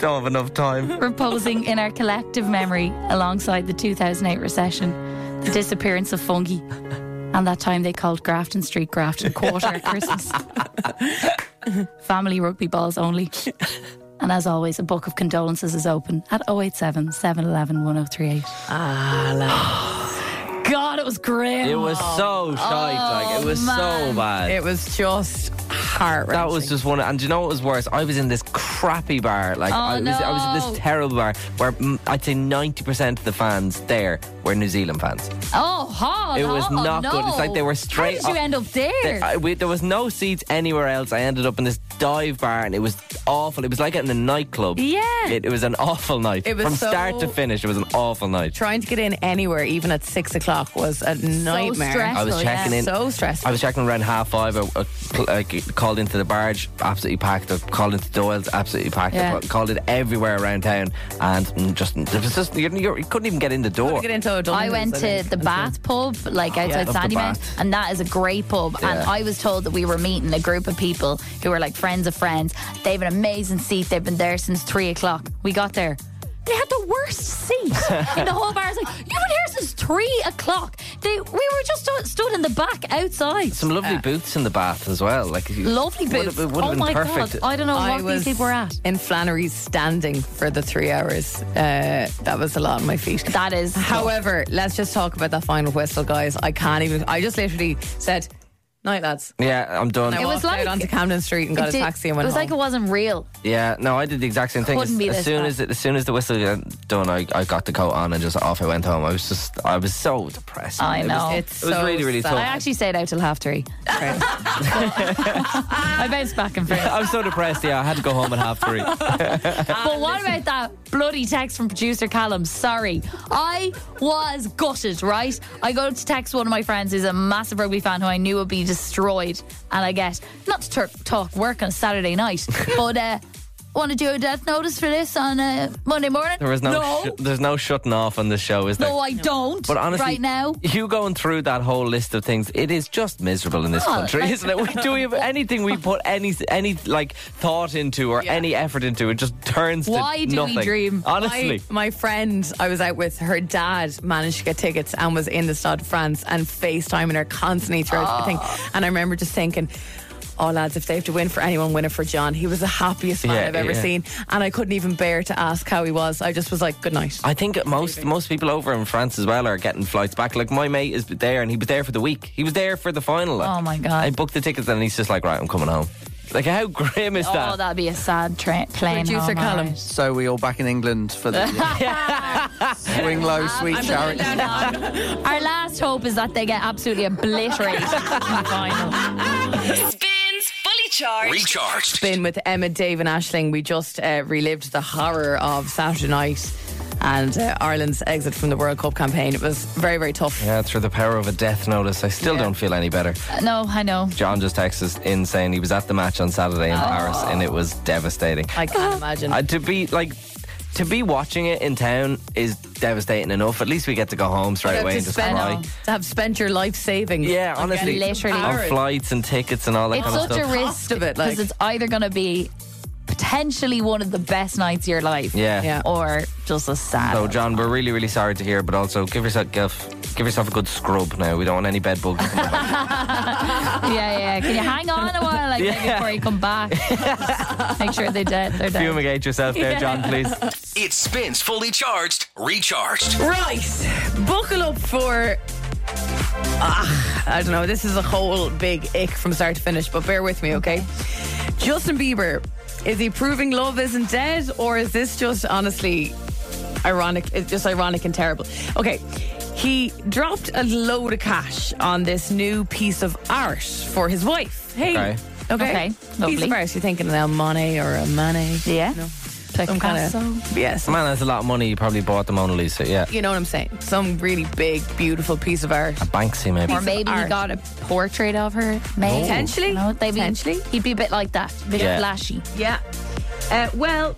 E: Don't have enough time.
D: Reposing in our collective memory alongside the 2008 recession, the disappearance of fungi, and that time they called Grafton Street Grafton Quarter at Christmas. Family rugby balls only. And as always, a book of condolences is open at 087 711 1038. God, it was grim.
E: It was so shite. like it was so bad.
C: Oh. It was just heart
E: that was just one, and do you know what was worse? I was in this crappy bar,
C: Oh,
E: like I was, I was in
D: no.
E: this terrible bar where mm, I'd say ninety percent of the fans there were New Zealand fans.
D: Oh, hard.
E: It was
D: oh,
E: not
D: no.
E: good. It's like they were straight
D: How did you
E: up- uh,
D: end up there?
E: There, I, we, there was no seats anywhere else. I ended up in this dive bar, and it was awful. It was like it in a nightclub.
D: Yeah.
E: it, it was an awful night.
C: It was
E: from
C: so-
E: start to finish. It was an awful night.
C: Trying to get in anywhere, even at six o'clock, was a nightmare.
D: stressful,
E: I was checking
D: yeah.
E: in.
C: So stressful.
E: I was checking around half five. I, I, pl- I g- called into the barge, absolutely packed up. Called into Doyle's, absolutely packed
D: Yeah.
E: up. Called it everywhere around town, and mm, just it was just you, you, you couldn't even get in the door.
C: Couldn't get into O'Donovan's,
D: I went to
C: think.
D: the Bath pub, like outside
E: love the
D: Sandyman,
E: Bath.
D: and that is a great pub. And
E: Yeah.
D: I was told that we were meeting a group of people who were like friends of friends. They have an amazing seat. They've been there since three o'clock. We got there. They had the worst seat in the whole bar. It's like, you've been here since three o'clock. They, we were just stu- stood in the back outside.
E: Some lovely booths in the bath as well. Like you-
D: lovely
E: would have-
D: booth.
E: It would have
D: oh
E: been
D: my
E: perfect.
D: god! I don't know
C: I
D: what
C: was
D: these people were at.
C: in Flannery's standing for the three hours. Uh, that was a lot on my feet.
D: That is
C: However, let's just talk about that final whistle, guys. I can't even. I just literally said, "Night, lads."
E: yeah, I'm done.
C: I
D: It was
C: walked out
D: like-
C: onto Camden Street and
D: It
C: got a
D: did-
C: taxi and went
D: It was
C: home.
D: like it wasn't real.
E: Yeah, no, I did the exact same thing.
D: Couldn't
E: as,
D: be
E: as
D: this
E: soon
D: bad.
E: as as soon as the whistle got done, I, I got the coat on and just off I went home. I was just I was so depressed.
D: I
E: It was-
D: know.
E: It was
C: so
E: really, really
C: sad.
E: tough.
D: I actually stayed out till half three. I bounced back and forth.
E: I'm so depressed. Yeah, I had to go home at half three.
C: Ah,
D: But what about that bloody text from producer Callum? Sorry. I was gutted, right? I go to text one of my friends who's a massive rugby fan who I knew would be destroyed. And I get, not to tur- talk work on a Saturday night, but uh, want to do a death notice for this on a Monday morning?
E: There was no,
D: No,
E: sh- there's no shutting off on this show, is there?
D: No, I don't.
E: But honestly,
D: right now,
E: you going through that whole list of things, it is just miserable in this
D: Oh,
E: country,
D: like-
E: isn't it? We, do we have anything we put any any like thought into or any effort into? It just turns
D: Why
E: to
D: do we
E: nothing.
D: dream?
E: Honestly,
C: My, my friend I was out with, her dad managed to get tickets and was in the Stade de France and FaceTiming her constantly throughout the
E: Ah.
C: thing. And I remember just thinking, Oh lads, if they have to win for anyone, win it for John. He was the happiest man
E: Yeah,
C: I've ever
E: yeah.
C: seen. And I couldn't even bear to ask how he was. I just was like, Good night.
E: I think most most people over in France as well are getting flights back. Like my mate is there, and he was there for the week. He was there for the final. like.
D: Oh, my God.
E: I booked the tickets, and he's just like, right, I'm coming home. Like how grim is
D: oh,
E: that?
D: that'd be a sad tra- plane. Oh
C: Producer
D: home,
C: Callum.
D: alright.
H: So we all back in England for the swing low, sweet charity.
D: Our last hope is that they get absolutely obliterated in the final.
B: Spins Fully Charged.
A: Recharged.
C: been with Emma, Dave, and Ashling. We just uh, relived the horror of Saturday night and uh, Ireland's exit from the World Cup campaign. It was very, very tough.
E: Yeah, through the power of a death notice, I still
C: Yeah.
E: don't feel any better.
D: No, I know.
E: John just texted us in saying he was at the match on Saturday in Paris and it was devastating.
C: I can't imagine.
E: Uh, to be like, to be watching it in town is devastating enough. At least we get to go home straight
C: to,
E: away and just
C: spend,
E: cry.
C: to have spent your life savings.
E: Yeah,
C: on
E: honestly,
C: getting
D: Literally.
E: on
C: Paris.
E: flights and tickets and all that
D: It's
E: kind
D: such
E: of
D: a
E: stuff.
D: risk
C: of it,
D: because
C: like-
D: it's either going to be potentially one of the best nights of your life,
E: yeah.
C: Yeah.
D: or just a sad.
E: So, John, we're really, really sorry to hear, but also give yourself give, give yourself a good scrub now. We don't want any bed bugs. coming back.
D: yeah, yeah. Can you hang on a while, like maybe
E: Yeah.
D: before you come back? Just make sure they dead. They're dead.
E: Fumigate yourself there, John, please.
A: It spins fully charged, recharged.
C: Right, buckle up for. Ah, I don't know. This is a whole big ick from start to finish, but bear with me, okay? Justin Bieber, is he proving love isn't dead, or is this just honestly ironic? It's just ironic and terrible. Okay, he dropped a load of cash on this new piece of art for his wife. Hey,
E: Okay.
D: Okay,
C: Piece of
D: lovely.
C: art. You're thinking an El Money or a Money?
D: Yeah.
C: Some kind of yes,
E: Man, that's a lot of money. You probably bought the Mona Lisa, yeah.
C: you know what I'm saying? Some really big, beautiful piece of art.
E: Banksy, maybe.
D: Or maybe he
C: art.
D: got a portrait of her. Maybe.
C: Potentially.
D: No, they'd be,
C: Potentially.
D: He'd be a bit like that. A bit
E: Yeah.
D: flashy.
C: Yeah. Uh, well,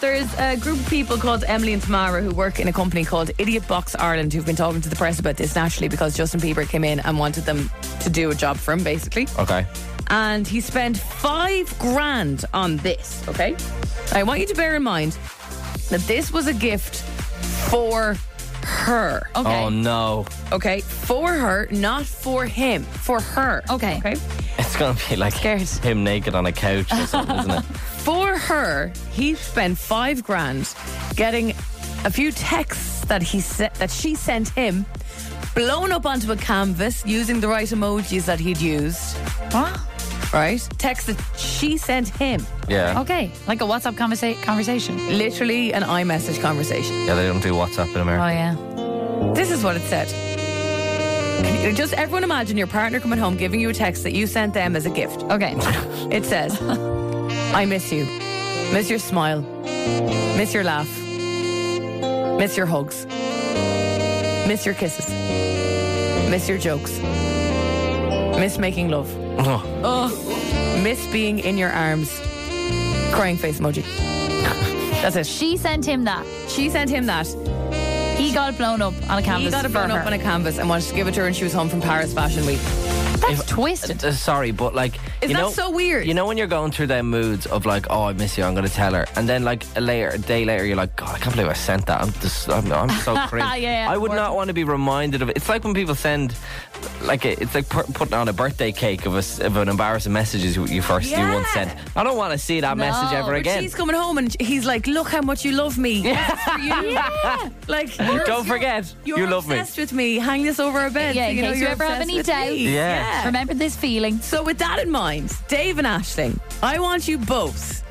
C: there's a group of people called Emily and Tamara who work in a company called Idiot Box Ireland who've been talking to the press about this naturally because Justin Bieber came in and wanted them to do a job for him, basically.
E: Okay.
C: And he spent five grand on this, okay? I want you to bear in mind that this was a gift for her.
D: Okay.
E: Oh, no.
C: Okay, for her, not for him, for her.
D: Okay.
C: Okay.
E: It's going to be like
D: Scared.
E: him naked on a couch or something, isn't it?
C: For her, he spent five grand getting a few texts that he se- that she sent him blown up onto a canvas using the right emojis that he'd used.
D: Huh?
C: Right? Text that she sent him.
E: Yeah.
D: Okay. Like a WhatsApp conversa- conversation.
C: Literally an iMessage conversation.
E: Yeah, they don't do WhatsApp in
D: Oh,
E: America.
D: yeah.
C: This is what it said. Can you- Just everyone imagine your partner coming home giving you a text that you sent them as a gift.
D: Okay.
C: It says, I miss you. Miss your smile. Miss your laugh. Miss your hugs. Miss your kisses. Miss your jokes. Miss making love.
E: Oh,
C: Miss being in your arms. Crying face emoji. That's it.
D: She sent him that.
C: She sent him that.
D: He got it blown up on a canvas.
C: He got it
D: for
C: blown
D: her.
C: up on a canvas and wanted to give it to her, and she was home from Paris Fashion Week.
D: That's
E: If-
D: twisted.
E: uh, sorry, but like,
C: Isn't
E: you
C: that
E: know,
C: so weird?
E: You know when you're going through them moods of like, oh, I miss you, I'm going to tell her, and then like a later, a day later, you're like, God, I can't believe I sent that. I'm just, I'm, I'm so cringe.
D: Yeah,
E: I would
D: or-
E: not want to be reminded of it. It's like when people send, like, a, it's like pu- putting on a birthday cake of a s of an embarrassing message you, you first you once
C: Yeah.
E: sent. I don't want to see that message ever
D: but
C: But
E: again.
C: she's coming home and he's like, Look how much you love me. This is for you. Like, you're-
E: Don't forget,
C: You're
E: you love me.
C: obsessed with me. Hang this over our bed.
D: Yeah,
C: so
D: in
C: you know
D: case you
C: you're
D: ever have
C: obsessed
D: any
C: with
D: doubts.
C: me.
E: Yeah.
D: Remember this feeling.
C: So with that in mind, Dave and Ashling, I want you both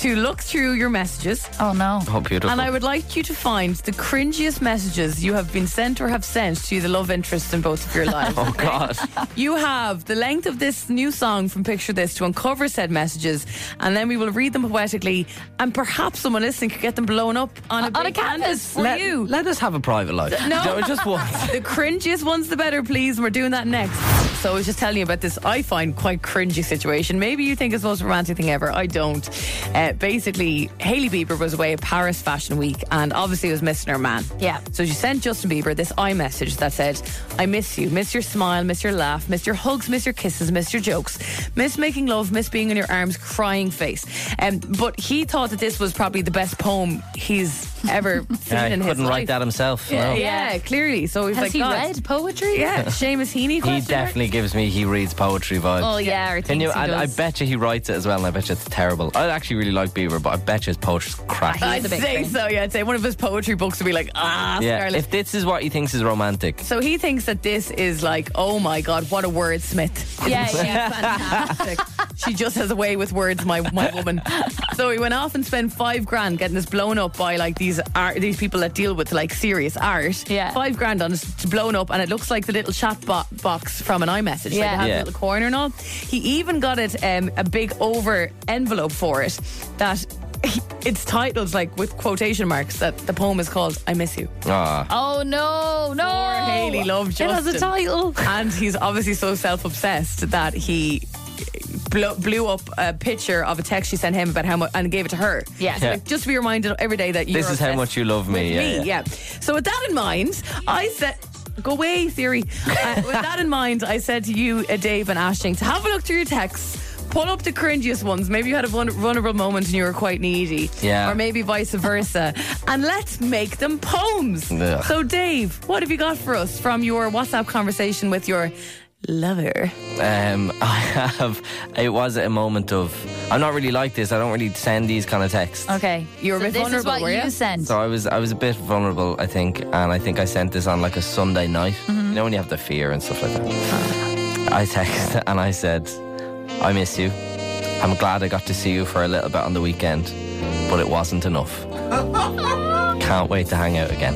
C: to look through your messages,
D: Oh, no.
E: Oh, beautiful.
C: and I would like you to find the cringiest messages you have been sent or have sent to the love interests in both of your lives.
E: Oh God!
C: You have the length of this new song from Picture This to uncover said messages, and then we will read them poetically, and perhaps someone listening could get them blown up on a,
D: Uh, On a
C: big canvas
D: canvas.
C: for
E: let,
C: you.
E: let us have a private life.
C: No.
E: just once.
C: The cringiest one's the better, please. And we're doing that next. So I was just telling you about this, I find quite cringy situation. Maybe you think it's the most romantic thing ever. I don't. Uh, basically, Hailey Bieber was away at Paris Fashion Week and obviously was missing her man.
D: Yeah.
C: So she sent Justin Bieber this iMessage that said, I miss you. Miss your smile, miss your laugh, miss your hugs, miss your kisses, miss your jokes, miss making love, miss being in your arms, crying face. Um, but he thought that this was probably the best poem he's ever seen
E: Yeah,
C: in
E: he
C: his
E: couldn't write
C: life.
E: that himself.
C: Yeah,
E: no.
C: yeah, clearly. So he's
D: Has
C: like,
D: he
C: "God."
D: read poetry?
C: Yeah, Seamus Heaney.
E: He
C: question mark?
E: definitely gives me he reads poetry vibes.
D: Oh yeah, or
E: Can
D: thinks
E: you?
D: he
E: And I
D: does.
E: bet you he writes it as well, and I bet you it's terrible. I actually really like Bieber, but I bet you his poetry's crap.
D: Ah, he-
C: I'd
D: is a big
C: say
D: thing.
C: so. Yeah, I'd say one of his poetry books would be like, ah,
E: yeah,
C: Scarlet.
E: if this is what he thinks is romantic,
C: so he thinks that this is like, oh my god, what a wordsmith.
D: yeah, yeah.
C: Fantastic. she just has a way with words, my my woman. So he went off and spent five grand getting this blown up by like these art, these people that deal with like serious art.
D: Yeah.
C: five grand on it's blown up, and it looks like the little chat bo- box from an iMessage. like,
D: Yeah.
C: it has a
E: Yeah.
C: little corner and all. He even got it um, a big over envelope for it that. It's titled like with quotation marks that the poem is called "I Miss You."
E: ah,
D: Oh no, no.
C: Poor Haley Love
D: It has a
C: Justin.
D: title.
C: and he's obviously so self-obsessed that he blew, blew up a picture of a text she sent him about how much and gave it to her.
D: Yeah.
C: So, like, just to be reminded every day that you're
E: this is how
C: obsessed
E: much you love me. Yeah,
C: me.
E: yeah.
C: Yeah. So with that in mind, I said. Go away, theory. Uh, with that in mind, I said to you, uh, Dave and Ashling, to have a look through your texts, pull up the cringiest ones. Maybe you had a vul- vulnerable moment and you were quite needy.
E: Yeah.
C: Or maybe vice versa. and let's make them poems.
E: Ugh.
C: So, Dave, what have you got for us from your WhatsApp conversation with your lover?
E: Um, I have. It was a moment of. I'm not really like this. I don't really send these kind of texts.
D: Okay,
C: You were a
D: so
C: bit
D: this is
C: vulnerable,
D: what
C: were you?
D: sent.
E: So I was I was a bit vulnerable, I think, and I think I sent this on like a Sunday night. You know when you have the fear and stuff like that. I texted and I said, "I miss you. I'm glad I got to see you for a little bit on the weekend, but it wasn't enough. Can't wait to hang out again."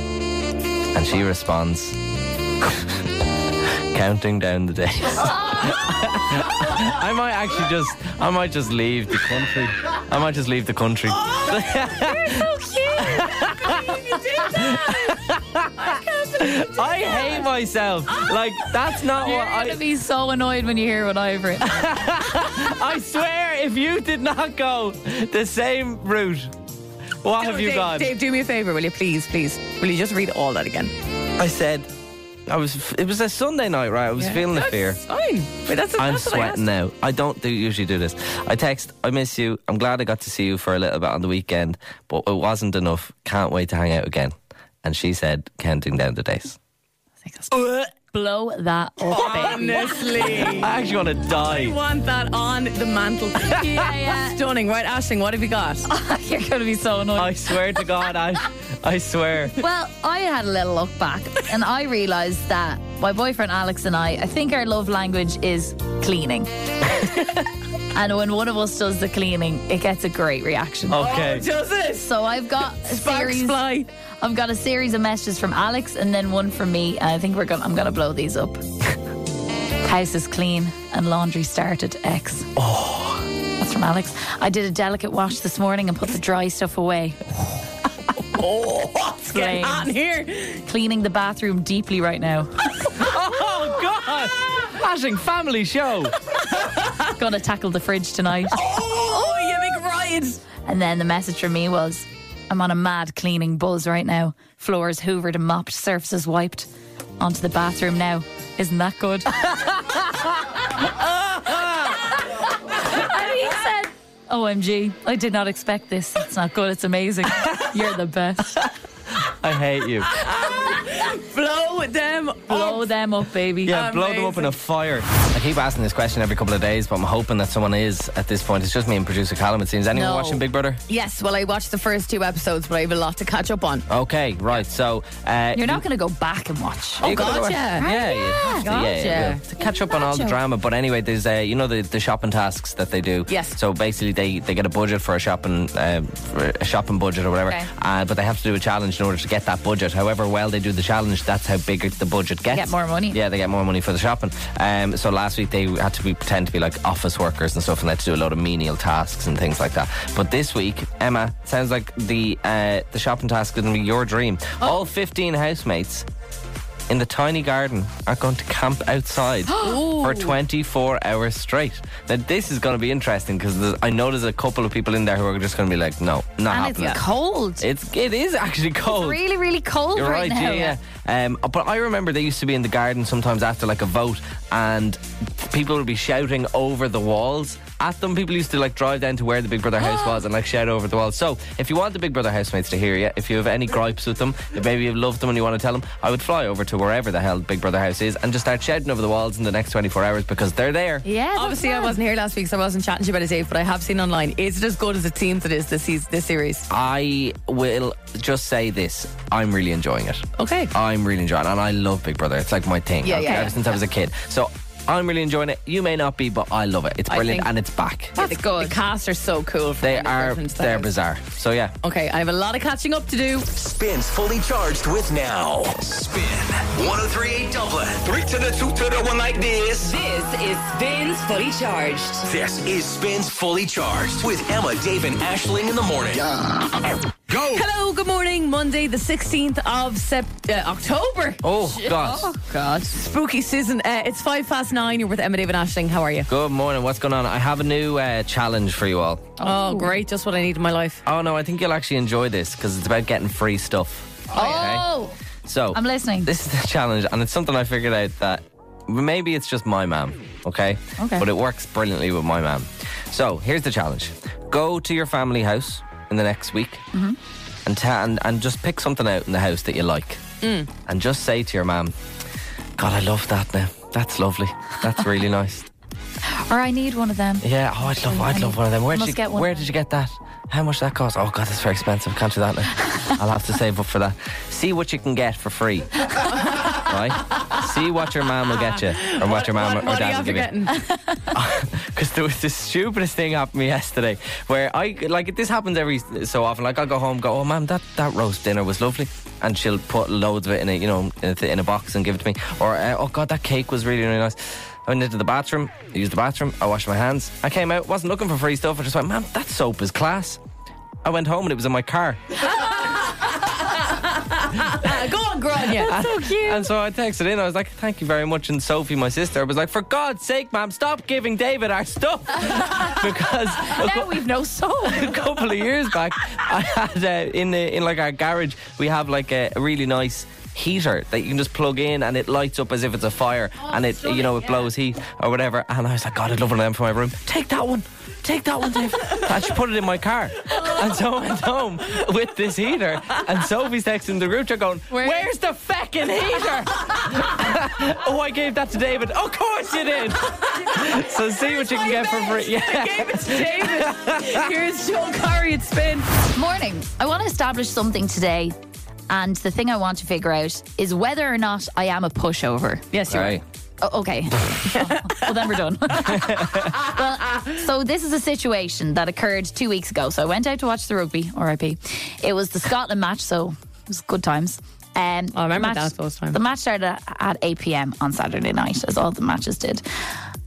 E: And she responds, counting down the days. I might actually just I might just leave the country. I might just leave the country.
D: Oh,
E: I hate myself. Like that's not what
D: Oh. You're gonna
E: I.
D: be so annoyed when you hear what I've written.
E: I swear, if you did not go the same route, what have you
C: Oh, Dave,
E: got?
C: Dave, do me a favor, will you please, please? Will you just read all that again?
E: I said, I was. It was a Sunday night, right? I was feeling the
C: That's
E: fear.
C: Fine. But that's,
E: I'm
C: that's what I asked.
E: sweating now. I don't do usually do this. I text, I miss you. I'm glad I got to see you for a little bit on the weekend, but it wasn't enough. Can't wait to hang out again. And she said, counting down the days.
D: Blow that up. baby.
C: Honestly.
E: I actually want to die.
C: want that on the mantle.
D: Yeah, yeah.
C: Stunning. Right, Ashling, what have you got?
D: You're gonna be so annoyed.
E: I swear to God, I, I swear.
D: Well, I had a little look back and I realised that my boyfriend Alex and I, I think our love language is cleaning. and when one of us does the cleaning, it gets a great reaction.
E: Okay.
C: Does it?
D: So I've got a
C: Oh. Sparks
D: series.
C: fly.
D: I've got a series of messages from Alex and then one from me. And I think we're gonna I'm gonna blow these up. House is clean and laundry started. X. Oh. That's from Alex. I did a delicate wash this morning and put the dry stuff away.
C: Oh, what's going
D: Flames.
C: on here?
D: Cleaning the bathroom deeply right now.
E: Oh God! Bashing family show.
D: Gonna tackle the fridge tonight.
C: Oh, you big rides.
D: And then the message from me was, I'm on a mad cleaning buzz right now. Floors hoovered and mopped, surfaces wiped. Onto the bathroom now. Isn't that good? and he said, OMG, I did not expect this. It's not good, it's amazing. You're the best.
E: I hate you.
C: Blow them
D: Blow them up, baby. Um,
E: Yeah, blow them up in a fire. I keep asking this question every couple of days, but I'm hoping that someone is at this point. It's just me and producer Callum. It seems. Anyone
C: No.
E: watching Big Brother?
C: Yes, well, I watched the first two episodes, but I have a lot to catch up on.
E: Okay, right. So uh,
D: You're not going to go back and watch.
E: You gotta go-
C: gotcha.
E: Yeah, you have to, yeah,
C: Gotcha.
E: yeah. To catch up on all the drama. But anyway, there's uh, you know the, the shopping tasks that they do.
C: Yes.
E: So basically, they, they get a budget for a shopping uh, for a shopping budget or whatever.
D: Okay.
E: Uh, but they have to do a challenge in order to get that budget. However well they do the challenge, that's how big the budget gets.
D: Get more money.
E: Yeah, they get more money for the shopping. Um, so last week they had to be, pretend to be like office workers and stuff, and they had to do a lot of menial tasks and things like that. But this week, Emma sounds like the uh, the shopping task is going to be your dream. All 15 housemates in the tiny garden are going to camp outside for 24 hours straight. Now, this is going to be interesting because I know there's a couple of people in there who are just going to be like, no, not
D: and it's
E: happening.
D: cold.
E: It's it is actually cold.
D: really, really cold
E: Oh. You're
D: right,
E: right,
D: now.
E: yeah. yeah. Um, but I remember they used to be in the garden sometimes after like a vote, and people would be shouting over the walls at them. People used to like drive down to where the Big Brother house was and like shout over the walls. So if you want the Big Brother housemates to hear you, if you have any gripes with them, if maybe you've loved them and you want to tell them, I would fly over to wherever the hell Big Brother house is and just start shouting over the walls in the next 24 hours because they're there.
D: Yeah, that's
C: Obviously, I
D: mad.
C: wasn't here last week, so I wasn't chatting to you about it, Dave. But I have seen online. Is it as good as it seems it is this seas- this series?
E: I will just say this: I'm really enjoying it.
C: Okay.
E: I'm really enjoying it, and I love Big Brother. It's like my thing.
C: Yeah,
E: okay,
C: yeah,
E: Ever
C: yeah.
E: since I was a kid, so I'm really enjoying it. You may not be, but I love it. It's
C: I
E: brilliant,
C: think-
E: and it's back.
C: That's the, good. The cast are so cool. From
E: They
C: Ireland
E: are
C: to the
E: they're
C: house.
E: bizarre. So yeah,
C: Okay, I have a lot of catching up to do.
A: Spins fully charged with now. Spin 1038 Dublin. Three to the two to the one like this.
B: This is Spins Fully Charged.
A: This is Spins Fully Charged with Emma, Dave, and Ashling in the morning. Go!
C: Hello, good morning. Monday, the 16th of sept- uh, October.
E: Oh, God.
C: Oh, God. Spooky season. Uh, it's five past nine. You're with Emma, David, Ashling. How are you?
E: good morning. What's going on? I have a new uh, challenge for you all.
C: Oh, great. Just what I need in my life.
E: Oh no, I think you'll actually enjoy this because it's about getting free stuff.
D: Oh,
E: So
D: I'm listening.
E: This is the challenge, and it's something I figured out that maybe it's just my mom, okay?
D: Okay.
E: But it works brilliantly with my mom. So here's the challenge: go to your family house in the next week,
D: Mm-hmm.
E: and, ta- and and just pick something out in the house that you like,
D: Mm.
E: and just say to your mom, "God, I love that now. That's lovely. That's really nice.
D: or I need one of them.
E: Yeah. Oh, I'd love, I'd love one of them. Where
D: Must
E: did you
D: get one.
E: Where did you get that? How much that cost? Oh God, that's very expensive. Can't do that now. I'll have to save up for that. See what you can get for free. right? See what your mom will get you, or what, your mom
C: What-
E: or
C: what are you
E: dad will
C: after
E: give you.
C: getting?
E: Because there was the stupidest thing happened to me yesterday, where I like this happens every so often. Like I'll go home, go, oh mom, that that roast dinner was lovely, and she'll put loads of it in a you know in a, th- in a box and give it to me. Or uh, oh god, that cake was really really nice. I went into the bathroom, I used the bathroom, I washed my hands. I came out, wasn't looking for free stuff. I just went, mom, that soap is class. I went home and it was in my car.
C: Uh, go on, Grania.
D: So cute.
E: And so I texted in. I was like, "Thank you very much." And Sophie, my sister, was like, "For God's sake, ma'am, stop giving David our stuff," because a
D: now
E: cou-
D: we've no soul.
E: a couple of years back, I had uh, in the, in like our garage, we have like a, a really nice heater that you can just plug in and it lights up as if it's a fire and it you know it blows heat or whatever. And I was like, God, I'd love one of them for my room. Take that one. Take that one, Dave. I should put it in my car. And so I went home with this heater. And Sophie's texting the group chat going,
C: Where-
E: Where's the feckin' heater? oh, I gave that to David. Of course you did. so see what you can get for free. Yeah.
C: Gave it to David. Here's Joe Curry at Spin.
D: Morning. I want to establish something today, and the thing I want to figure out is whether or not I am a pushover.
C: Yes, you're
E: Right.
D: Oh, okay. well, then we're done. well, uh, so this is a situation that occurred two weeks ago. So I went out to watch the rugby, RIP. It was the Scotland match, so it was good times. Um,
C: Oh, I remember
D: match-
C: that, those times.
D: The match started at- at 8 p.m. on Saturday night, as all the matches did.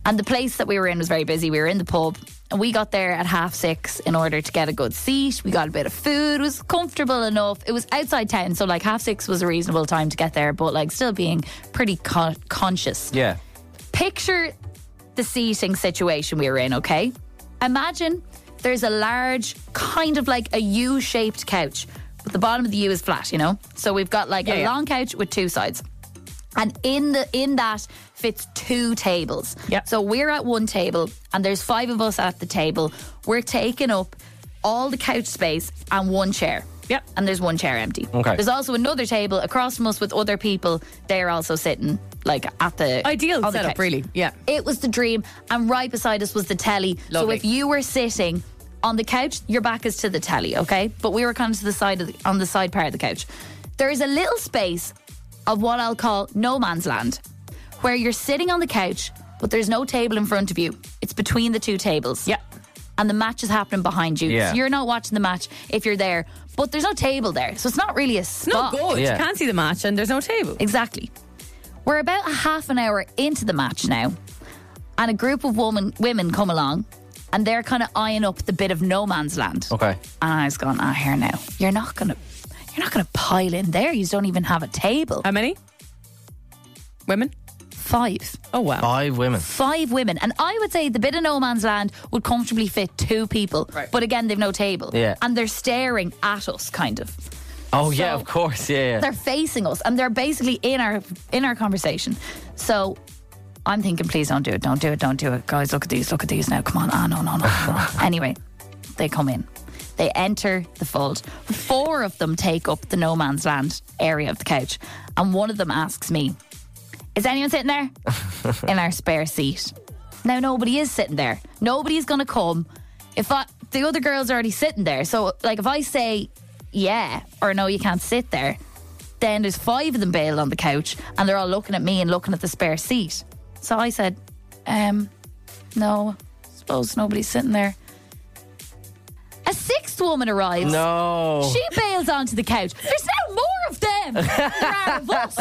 D: And the place that we were in was very busy. We were in the pub, and we got there at half six in order to get a good seat. We got a bit of food. It was comfortable enough. It was outside town, so like half six was a reasonable time to get there, but like still being pretty con- conscious
E: Yeah.
D: picture the seating situation we were in, okay? Imagine there's a large, kind of like a U shaped couch, but the bottom of the U is flat, you know? So we've got like
C: Yeah,
D: a
C: yeah.
D: long couch with two sides. And in the in that fits two tables.
C: Yep.
D: So we're at one table and there's five of us at the table. We're taking up all the couch space and one chair.
C: Yep.
D: And there's one chair empty.
E: Okay.
D: There's also another table across from us with other people. They're also sitting like at the
C: Ideal
D: on the
C: setup,
D: couch.
C: really. Yeah.
D: It was the dream, and right beside us was the telly. So
C: Lovely.
D: if you were sitting on the couch, your back is to the telly, okay? But we were kind of to the side of the, on the side part of the couch. There is a little space of what I'll call no man's land, where you're sitting on the couch, but there's no table in front of you. It's between the two tables.
C: Yeah.
D: And the match is happening behind you.
E: Yeah.
D: So you're not watching the match if you're there, but there's no table there. So it's not really a
C: No
D: spot.
C: good.
E: Yeah.
C: You can't see the match and there's no table.
D: Exactly. We're about a half an hour into the match now, and a group of woman, women come along, and they're kind of eyeing up the bit of no man's land.
E: Okay.
D: And I was going, ah, here now, you're not gonna, you're not gonna pile in there. You don't even have a table.
C: How many? women?
D: Five.
C: Oh, wow.
E: Five women.
D: Five women. And I would say the bit of no man's land would comfortably fit two people.
C: Right.
D: But again, they've no table.
E: Yeah.
D: And they're staring at us, kind of.
E: Oh, yeah,
D: So-
E: of course. Yeah. yeah.
D: They're facing us and they're basically in our in our conversation. So I'm thinking, please don't do it, don't do it, don't do it. Guys, look at these, look at these now. Come on, ah no, no, no. come on. anyway, they come in. They enter the fold. Four of them take up the no man's land area of the couch. And one of them asks me, Is anyone sitting there? in our spare seat. Now nobody is sitting there. Nobody's gonna come. If I the other girl's already sitting there. So like if I say yeah or no you can't sit there, then there's five of them bailed on the couch and they're all looking at me and looking at the spare seat. So I said, um, no, suppose nobody's sitting there. A sixth woman arrives.
E: No.
D: She bails onto the couch. There's no more of them. There are of us.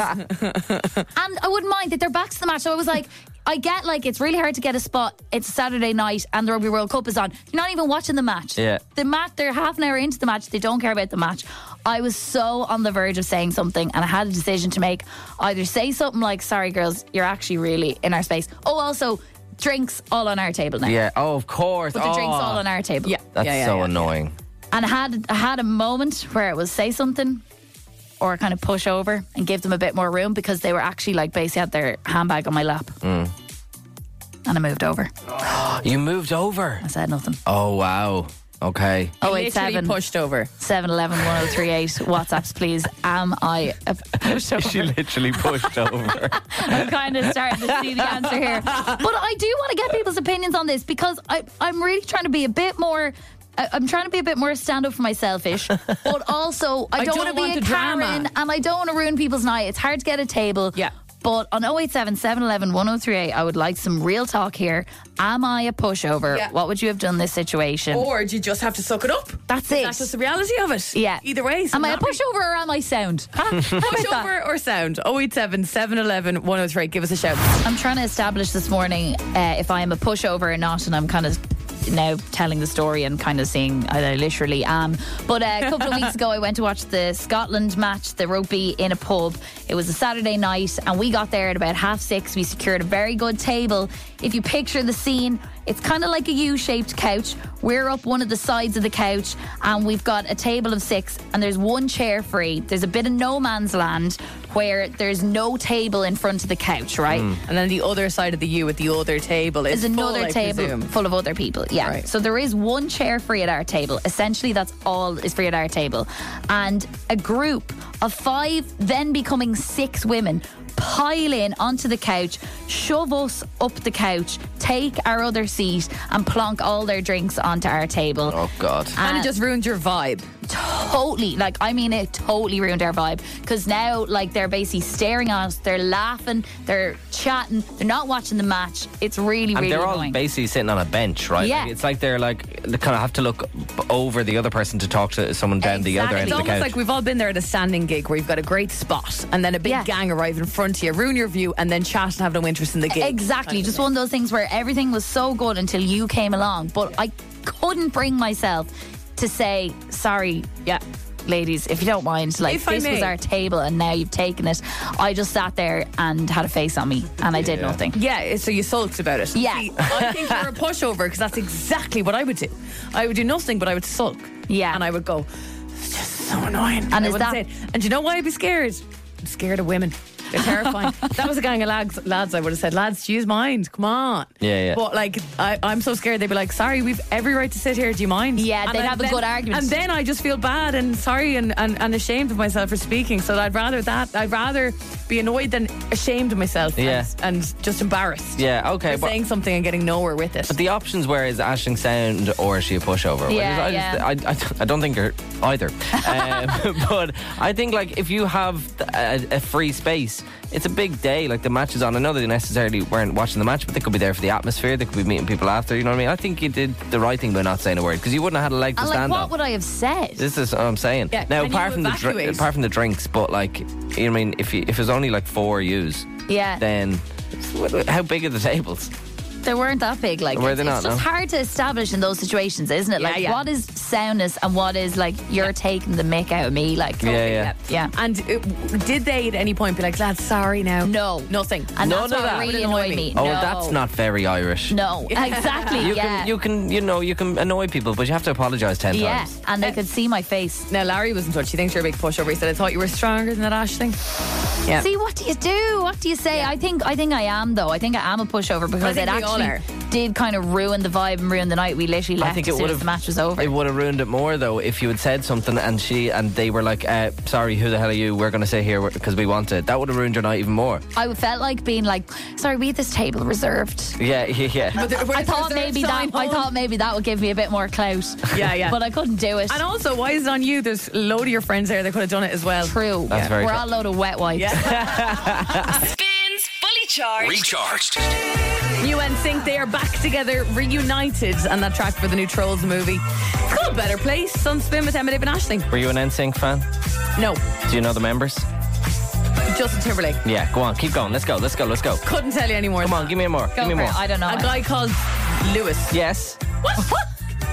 D: And I wouldn't mind that they're back to the match. So I was like, I get like it's really hard to get a spot. It's Saturday night and the Rugby World Cup is on. You're not even watching the match.
E: Yeah.
D: The match they're half an hour into the match, they don't care about the match. I was so on the verge of saying something and I had a decision to make. Either say something like, sorry girls, you're actually really in our space. Oh also drinks all on our table now.
E: yeah. Oh, of course.
D: But the drinks
E: Oh,
D: all on our table.
C: Yeah.
E: That's
C: yeah, yeah,
E: so
C: yeah.
E: annoying.
D: And I had I had a moment where it was say something or kind of push over and give them a bit more room because they were actually like basically had their handbag on my lap. And I moved over.
E: You moved over.
D: I said nothing.
E: Oh, wow. Okay.
D: Oh
C: Literally
D: eight seven
C: pushed over.
D: 711 1038 WhatsApps, please. Am I a pushed over?
E: She literally pushed over.
D: I'm kind of starting to see the answer here. But I do want to get people's opinions on this because I, I'm really trying to be a bit more. I- I'm trying to be a bit more stand up for myself-ish, but also I,
C: I
D: don't,
C: don't
D: want
C: want
D: to be
C: the
D: a Karen
C: drama.
D: and I don't want to ruin people's night. It's hard to get a table.
C: Yeah.
D: But on 087 711 1038, I would like some real talk here. Am I a pushover?
C: Yeah.
D: What would you have done in this situation?
C: Or do you just have to suck it up?
D: That's it.
C: That's just the reality of it.
D: yeah.
C: Either way. so
D: am I a
C: not really-
D: pushover or am I sound? Huh? How about
C: Push
D: that?
C: over or sound? 087 711 103. Give us a shout.
D: I'm trying to establish this morning uh, if I am a pushover or not, and I'm kind of now telling the story and kind of seeing I literally am. But uh, a couple of weeks ago, I went to watch the Scotland match, the rugby, in a pub. It was a Saturday night, and we got there at about half six. We secured a very good table. If you picture the scene, it's kind of like a U shaped couch. We're up one of the sides of the couch, and we've got a table of six, and there's one chair free. There's a bit of no man's land where there's no table in front of the couch, right?
C: And then the other side of the U at the other table is
D: is another
C: full, I
D: table Uh,
C: presume.
D: full of other people. Yeah.
C: Right.
D: So there is one chair free at our table. Essentially, that's all is free at our table. And a group of five, then becoming six women, pile in onto the couch, shove us up the couch, take our other seat, and plonk all their drinks onto our table.
E: Oh, God.
C: And
D: Uh,
C: it just ruined your vibe.
D: totally like i mean it totally ruined our vibe because now like they're basically staring at us they're laughing they're chatting they're not watching the match it's really
E: And
D: really
E: they're all
D: annoying.
E: basically sitting on a bench, right?
D: Yeah.
E: Like, it's like they're like they kind of have to look b- over the other person to talk to someone down the other
D: Exactly.
E: end
C: It's
E: of the
C: almost
E: couch.
C: like we've all been there at a standing gig where you've got a great spot and then a big
D: Yeah.
C: gang arrive in front of you, ruin your view, and then chat and have no interest in the gig.
D: Exactly. Just one of those things where everything was so good until you came along. But I couldn't bring myself to say, sorry, yeah, ladies, if you don't mind, like
C: If I
D: this was
C: may.
D: our table and now you've taken it. I just sat there and had a face on me and I did nothing.
C: Yeah, so you sulked about it.
D: Yeah.
C: See, I think you're a pushover because that's exactly what I would do. I would do nothing, but I would sulk.
D: Yeah.
C: And I would go, it's just so annoying. And, I
D: is
C: wouldn't
D: that-
C: say it. And do you know why I'd be scared? I'm scared of women. They're terrifying. that was a gang of lads, lads I would have said, lads, do you mind? Come on.
E: Yeah, yeah.
C: But like, I, I'm so scared. They'd be like, sorry, we've every right to sit here. Do you mind?
D: Yeah,
C: And
D: they'd
C: I-
D: have a
C: then-
D: good argument.
C: And then I just feel bad and sorry and, and, and ashamed of myself for speaking. So I'd rather that. I'd rather be annoyed than ashamed of myself. and-
E: Yeah.
C: And, just embarrassed.
E: Yeah, okay,
C: For
E: but-
C: saying something and getting nowhere with it.
E: But the options were is Ashling sound or is she a pushover? Which is-
D: Yeah,
E: I,
D: yeah.
E: Just, I, I don't- I don't think they're either. um, but I think like if you have th- a, a free space, it's a big day. Like the match is on. I know they necessarily weren't watching the match, but they could be there for the atmosphere. They could be meeting people after. You know what I mean? I think you did the right thing by not saying a word because you wouldn't have had a leg to
D: And like,
E: stand
D: what
E: on.
D: would I have said?
E: This is what I'm saying.
C: Yeah,
E: now,
C: can
E: apart
C: you
E: from the dr-
C: evacuate?
E: apart from the drinks, but like, you know, what I mean, if you, if it's only like four U's,
D: Yeah.
E: then it's- how big are the tables?
D: They weren't that big. Like
E: Were
D: it's,
E: they
D: it's
E: not,
D: just
E: no?
D: hard to establish in those situations, isn't it?
C: Yeah,
D: like
C: yeah.
D: what is soundness and what is like you're taking the mick out of me. Like,
E: Yeah, yeah.
D: Oh, yeah.
C: And it, did they at any point be like, lad, sorry now?
D: No,
C: Nothing.
D: and
E: None
D: that's
E: of
D: what
E: that.
D: really
C: Would annoy
D: annoyed me.
C: me.
E: Oh,
D: no.
E: that's not very Irish.
D: No, exactly.
E: You
D: yeah,
E: can, you can, you know, you can annoy people, but you have to apologise ten
D: yeah,
E: times.
D: and they could see my face.
C: Now, Larry was in touch. He thinks you're a big pushover. He said, I thought you were stronger than that Ash thing. Yeah.
D: See, what do you do? What do you say? I think I think I am though. I think I am a pushover because it
C: think we all
D: actually
C: are.
D: did kind of ruin the vibe and ruin the night. We literally left
E: I think
D: as
E: it
D: soon
E: would
D: as
E: have
D: the match was over.
E: It would have ruined it more though if you had said something and she and they were like, uh, "Sorry, who the hell are you? We're going to stay here because we want it." That would have ruined your night even more.
D: I felt like being like, sorry, we had this table reserved.
E: Yeah, yeah, yeah.
C: But
D: I thought maybe that I thought maybe that would give me a bit more clout.
C: Yeah, yeah.
D: But I couldn't do it.
C: And also, why is it on you? There's a load of your friends there that could have done it as well.
D: True.
E: That's very
D: We're
E: true.
D: all a load of wet wipes.
B: Spins Fully Charged.
A: Recharged.
C: You and Sync, they are back together, reunited, and that track for the new Trolls movie. It's called Better Place on Spin with Emma Dave and Ashley.
E: Were you an NSYNC fan?
C: No,
E: Do you know the members?
C: Justin Timberlake.
E: Yeah, go on, keep going. Let's go, let's go, let's go.
C: Couldn't tell you anymore.
E: Come on, give me more.
D: Go
E: give me
D: for
E: more.
D: it. I don't know.
C: A guy called Lewis.
E: yes.
C: What?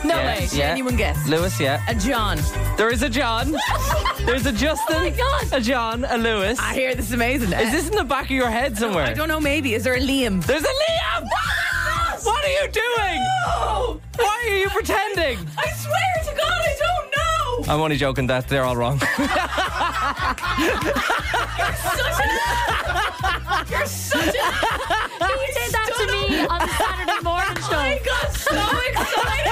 C: No
E: Yes,
C: way.
E: yeah.
C: Genuine guess.
E: Lewis, yeah.
C: a John.
E: There is a John. There's a Justin.
C: Oh my God.
E: A John. A Lewis.
C: I hear this is amazing.
E: Is this in the back of your head somewhere?
C: I don't know. Maybe is there a Liam?
E: There's a Liam. what are you doing? Why are you pretending?
C: I swear to God, I don't know.
E: I'm only joking. That they're all wrong.
C: You're such a.
D: He did that to me on the Saturday morning
C: I
D: show.
C: got so excited.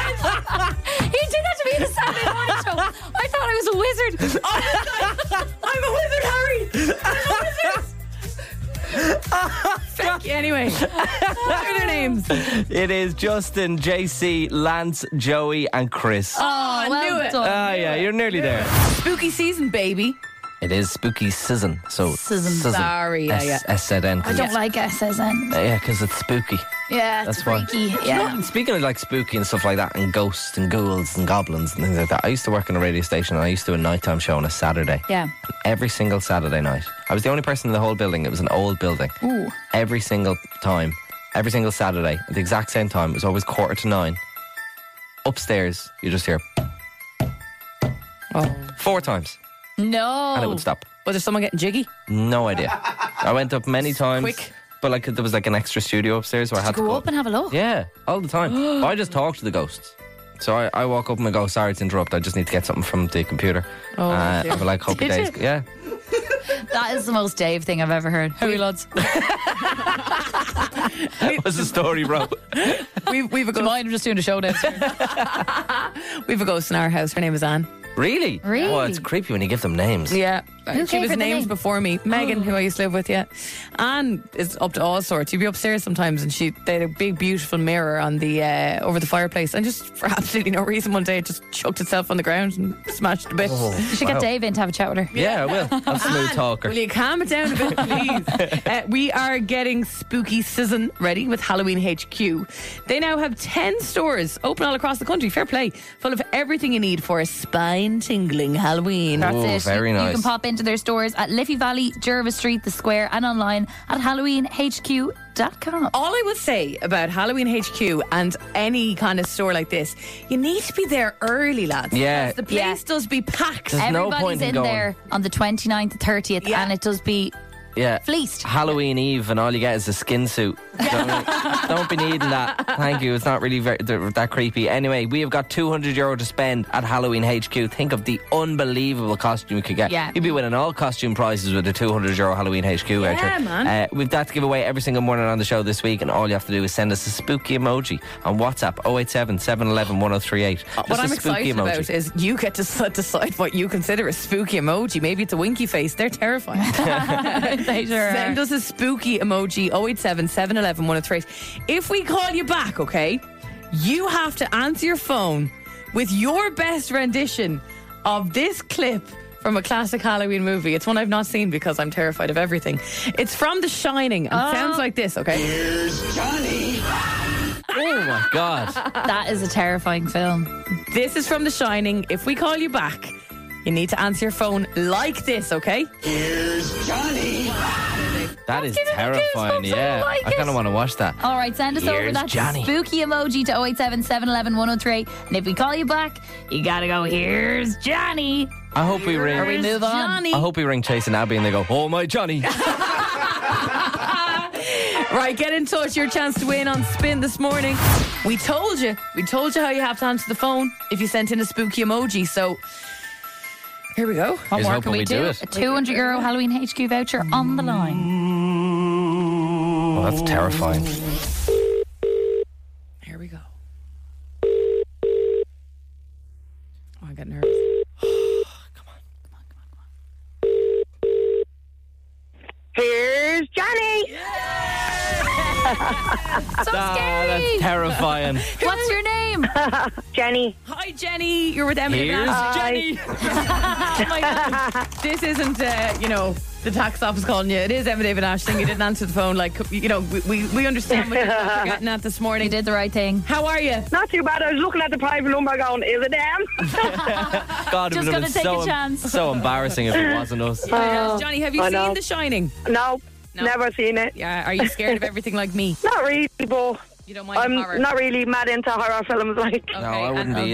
D: He did that to me on the Saturday morning show. I thought I was a wizard.
C: I'm a wizard, Harry. I'm a wizard. Fuck you anyway. What are their names? Oh,
E: it is Justin, JC, Lance, Joey, and Chris.
D: Oh,
E: Ah,
C: Oh, I
D: well
C: knew it.
D: done.
E: yeah, you're nearly there.
C: Spooky season, baby.
E: It is spooky season. So
D: Season.
C: Sorry, yeah, yeah.
E: S Z N.
D: I don't like SSN.
E: Yeah, because it's spooky.
D: Yeah, it's
E: That's why.
D: freaky.
E: No,
D: Yeah.
E: and speaking of like spooky and stuff like that, and ghosts and ghouls and goblins and things like that, I used to work in a radio station and I used to do a nighttime show on a Saturday.
D: Yeah.
E: Every single Saturday night. I was the only person in the whole building. It was an old building.
D: Ooh.
E: Every single time, every single Saturday, at the exact same time, it was always quarter to nine. Upstairs, you just hear
D: Oh.
E: four times
D: No.
E: and it would stop.
C: Was there someone getting jiggy?
E: No idea. I went up many times.
C: Quick.
E: But like there was like an extra studio upstairs where I had to
D: Go
E: go
D: up and have a look.
E: Yeah, all the time. I just talk to the ghosts. So I, I walk up and I go, sorry to interrupt. I just need to get something from the computer. Oh, uh,
C: dear.
E: I'll be like, hope your
D: Did
E: days.
D: you?
E: Yeah.
D: That is the most Dave thing I've ever heard. Hurry, lads.
E: What's the story, bro?
C: We've, we've a
D: Do
C: ghost.
D: you mind? I'm just doing a show downstairs.
C: We've a ghost in our house. Her name is Anne.
E: really?
D: Really?
E: Oh, it's creepy when you give them names.
C: Yeah. she
D: gave
C: was
D: her the
C: named
D: name? Oh.
C: before me. Megan, who I used to live with, yeah. Anne is up to all sorts. You'd be upstairs sometimes and she they had a big beautiful mirror on the uh, over the fireplace and just for absolutely no reason one day it just chucked itself on the ground and smashed a bit.
D: You should
E: Wow.
D: get Dave in to have a chat with her.
E: Yeah, I will. I'm a smooth talker.
C: Will you calm it down a bit, please? uh, we are getting spooky season ready with Halloween HQ. They now have 10 stores open all across the country. Fair play. Full of everything you need for a spine tingling Halloween.
D: That's
E: Ooh,
D: it.
E: very
D: you, you
E: nice.
D: can pop into their stores at Liffey Valley, Jervis Street, The Square, and online at HalloweenHQ.com.
C: all I will say about Halloween HQ and any kind of store like this, you need to be there early, lads.
E: Yeah.
C: Because The place
D: Yeah.
C: does be packed.
E: There's no
D: Everybody's
E: point in
D: in
E: going.
D: there on the 29th, 30th,
C: Yeah.
D: and it does be
E: Yeah.
D: fleeced.
E: Halloween Eve, and all you get is a skin suit. Don't, don't be needing that. Thank you. It's not really very, th- that creepy. Anyway, we have got 200 euro to spend at Halloween HQ. Think of the unbelievable costume you could get.
D: Yeah.
E: You'd be winning all costume prizes with a 200 euro Halloween HQ yeah, voucher.
C: man.
E: Uh, we've that to give away every single morning on the show this week, and all you have to do is send us a spooky emoji on WhatsApp 087 711 1038.
C: Uh, what I'm excited about is you get to s- decide what you consider a spooky emoji. Maybe it's a winky face. They're terrifying.
D: They sure
C: Send
D: are.
C: us a spooky emoji 087 711 103. If we call you back, okay, you have to answer your phone with your best rendition of this clip from a classic Halloween movie. It's one I've not seen because I'm terrified of everything. It's from The Shining and it sounds like this, okay?
E: Oh my God.
D: That is a terrifying film.
C: This is from The Shining. If we call you back, you need to answer your phone like this, okay?
K: That is
D: give it a
K: terrifying.
D: goosebumps, I
K: Yeah,
D: like
K: I kind
D: it.
K: of want to watch that.
D: All right, send us over
K: Here's
D: that
K: Johnny.
D: spooky emoji to 087 711 103. And if we call you back, you gotta go, here's Johnny.
K: I hope we ring.
D: Or we move on. Johnny.
K: I hope we ring Chase and Abby, and they go, "Oh my Johnny."
C: Right, get in touch. Your chance to win on Spin this morning. We told you. We told you how you have to answer the phone if you sent in a spooky emoji. So here we go.
D: What more can we, do? A 200 euro Halloween HQ voucher on the line.
E: Oh, that's terrifying.
C: Here we go. Oh, I got nervous.
I: Here's Johnny.
D: so
E: Ah,
K: scary. Oh, that's terrifying.
D: What's your name?
I: Jenny.
C: Hi, Jenny. You're with Emily.
K: Here's
C: Jenny. Oh this isn't, uh, you know, the tax office calling you. It is Emma David Ashton. You didn't answer the phone. Like, you know, we, we, we understand what you're getting at this morning. You
D: did the right thing.
C: How are you?
I: Not too bad. I was looking at the private number going, is it them?
K: God, it would
I: Just
K: have
I: gonna
K: been
I: take
K: so,
I: a chance.
K: so embarrassing if it wasn't us.
C: Yes, Johnny, have you
I: Oh, I
C: seen
I: know.
C: The Shining?
I: No, never seen it.
C: Yeah, are you scared of everything like me?
I: Not really, but
C: you don't mind
I: I'm
C: horror?
I: not really mad into horror films. Like,
D: um,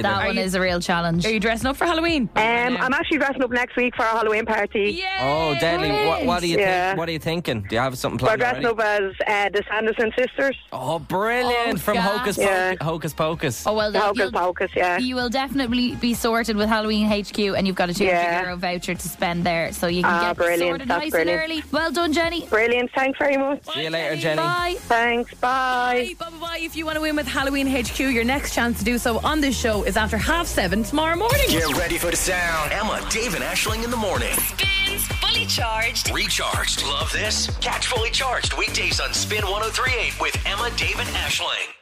D: That one is a real challenge. Are
C: you dressing up for Halloween?
I: Um, I'm actually dressing up next week for a Halloween party.
E: Oh, deadly. What, what do you
I: Yeah.
E: think? What are you thinking? Do you have something
I: We're
E: planned
I: dressing
E: already?
I: up as uh, the Sanderson sisters.
K: Oh, brilliant! From Hocus Pocus.
I: Yeah.
K: Hocus Pocus.
D: Oh well, then
I: Hocus
D: you'll-
I: Pocus, yeah.
D: You will definitely be sorted with Halloween HQ, and you've got a 200
I: Yeah.
D: euro voucher to spend there, so you can
I: Ah,
D: get
I: brilliant.
D: sorted
I: That's
D: nice
I: brilliant.
D: and early. Well done, Jenny.
I: Brilliant. Thanks very much.
E: See you later, Jenny.
D: Bye.
I: Thanks. Bye.
C: Bye. Bye. Bye. If you want to win with Halloween HQ, your next chance to do so on this show is after half seven tomorrow morning.
A: Get ready for the sound. Emma, Dave, and Ashling in the morning.
B: Spins Fully Charged.
A: oh Recharged. Love this? Catch fully charged weekdays on Spin 1038 with Emma, Dave, and Ashling.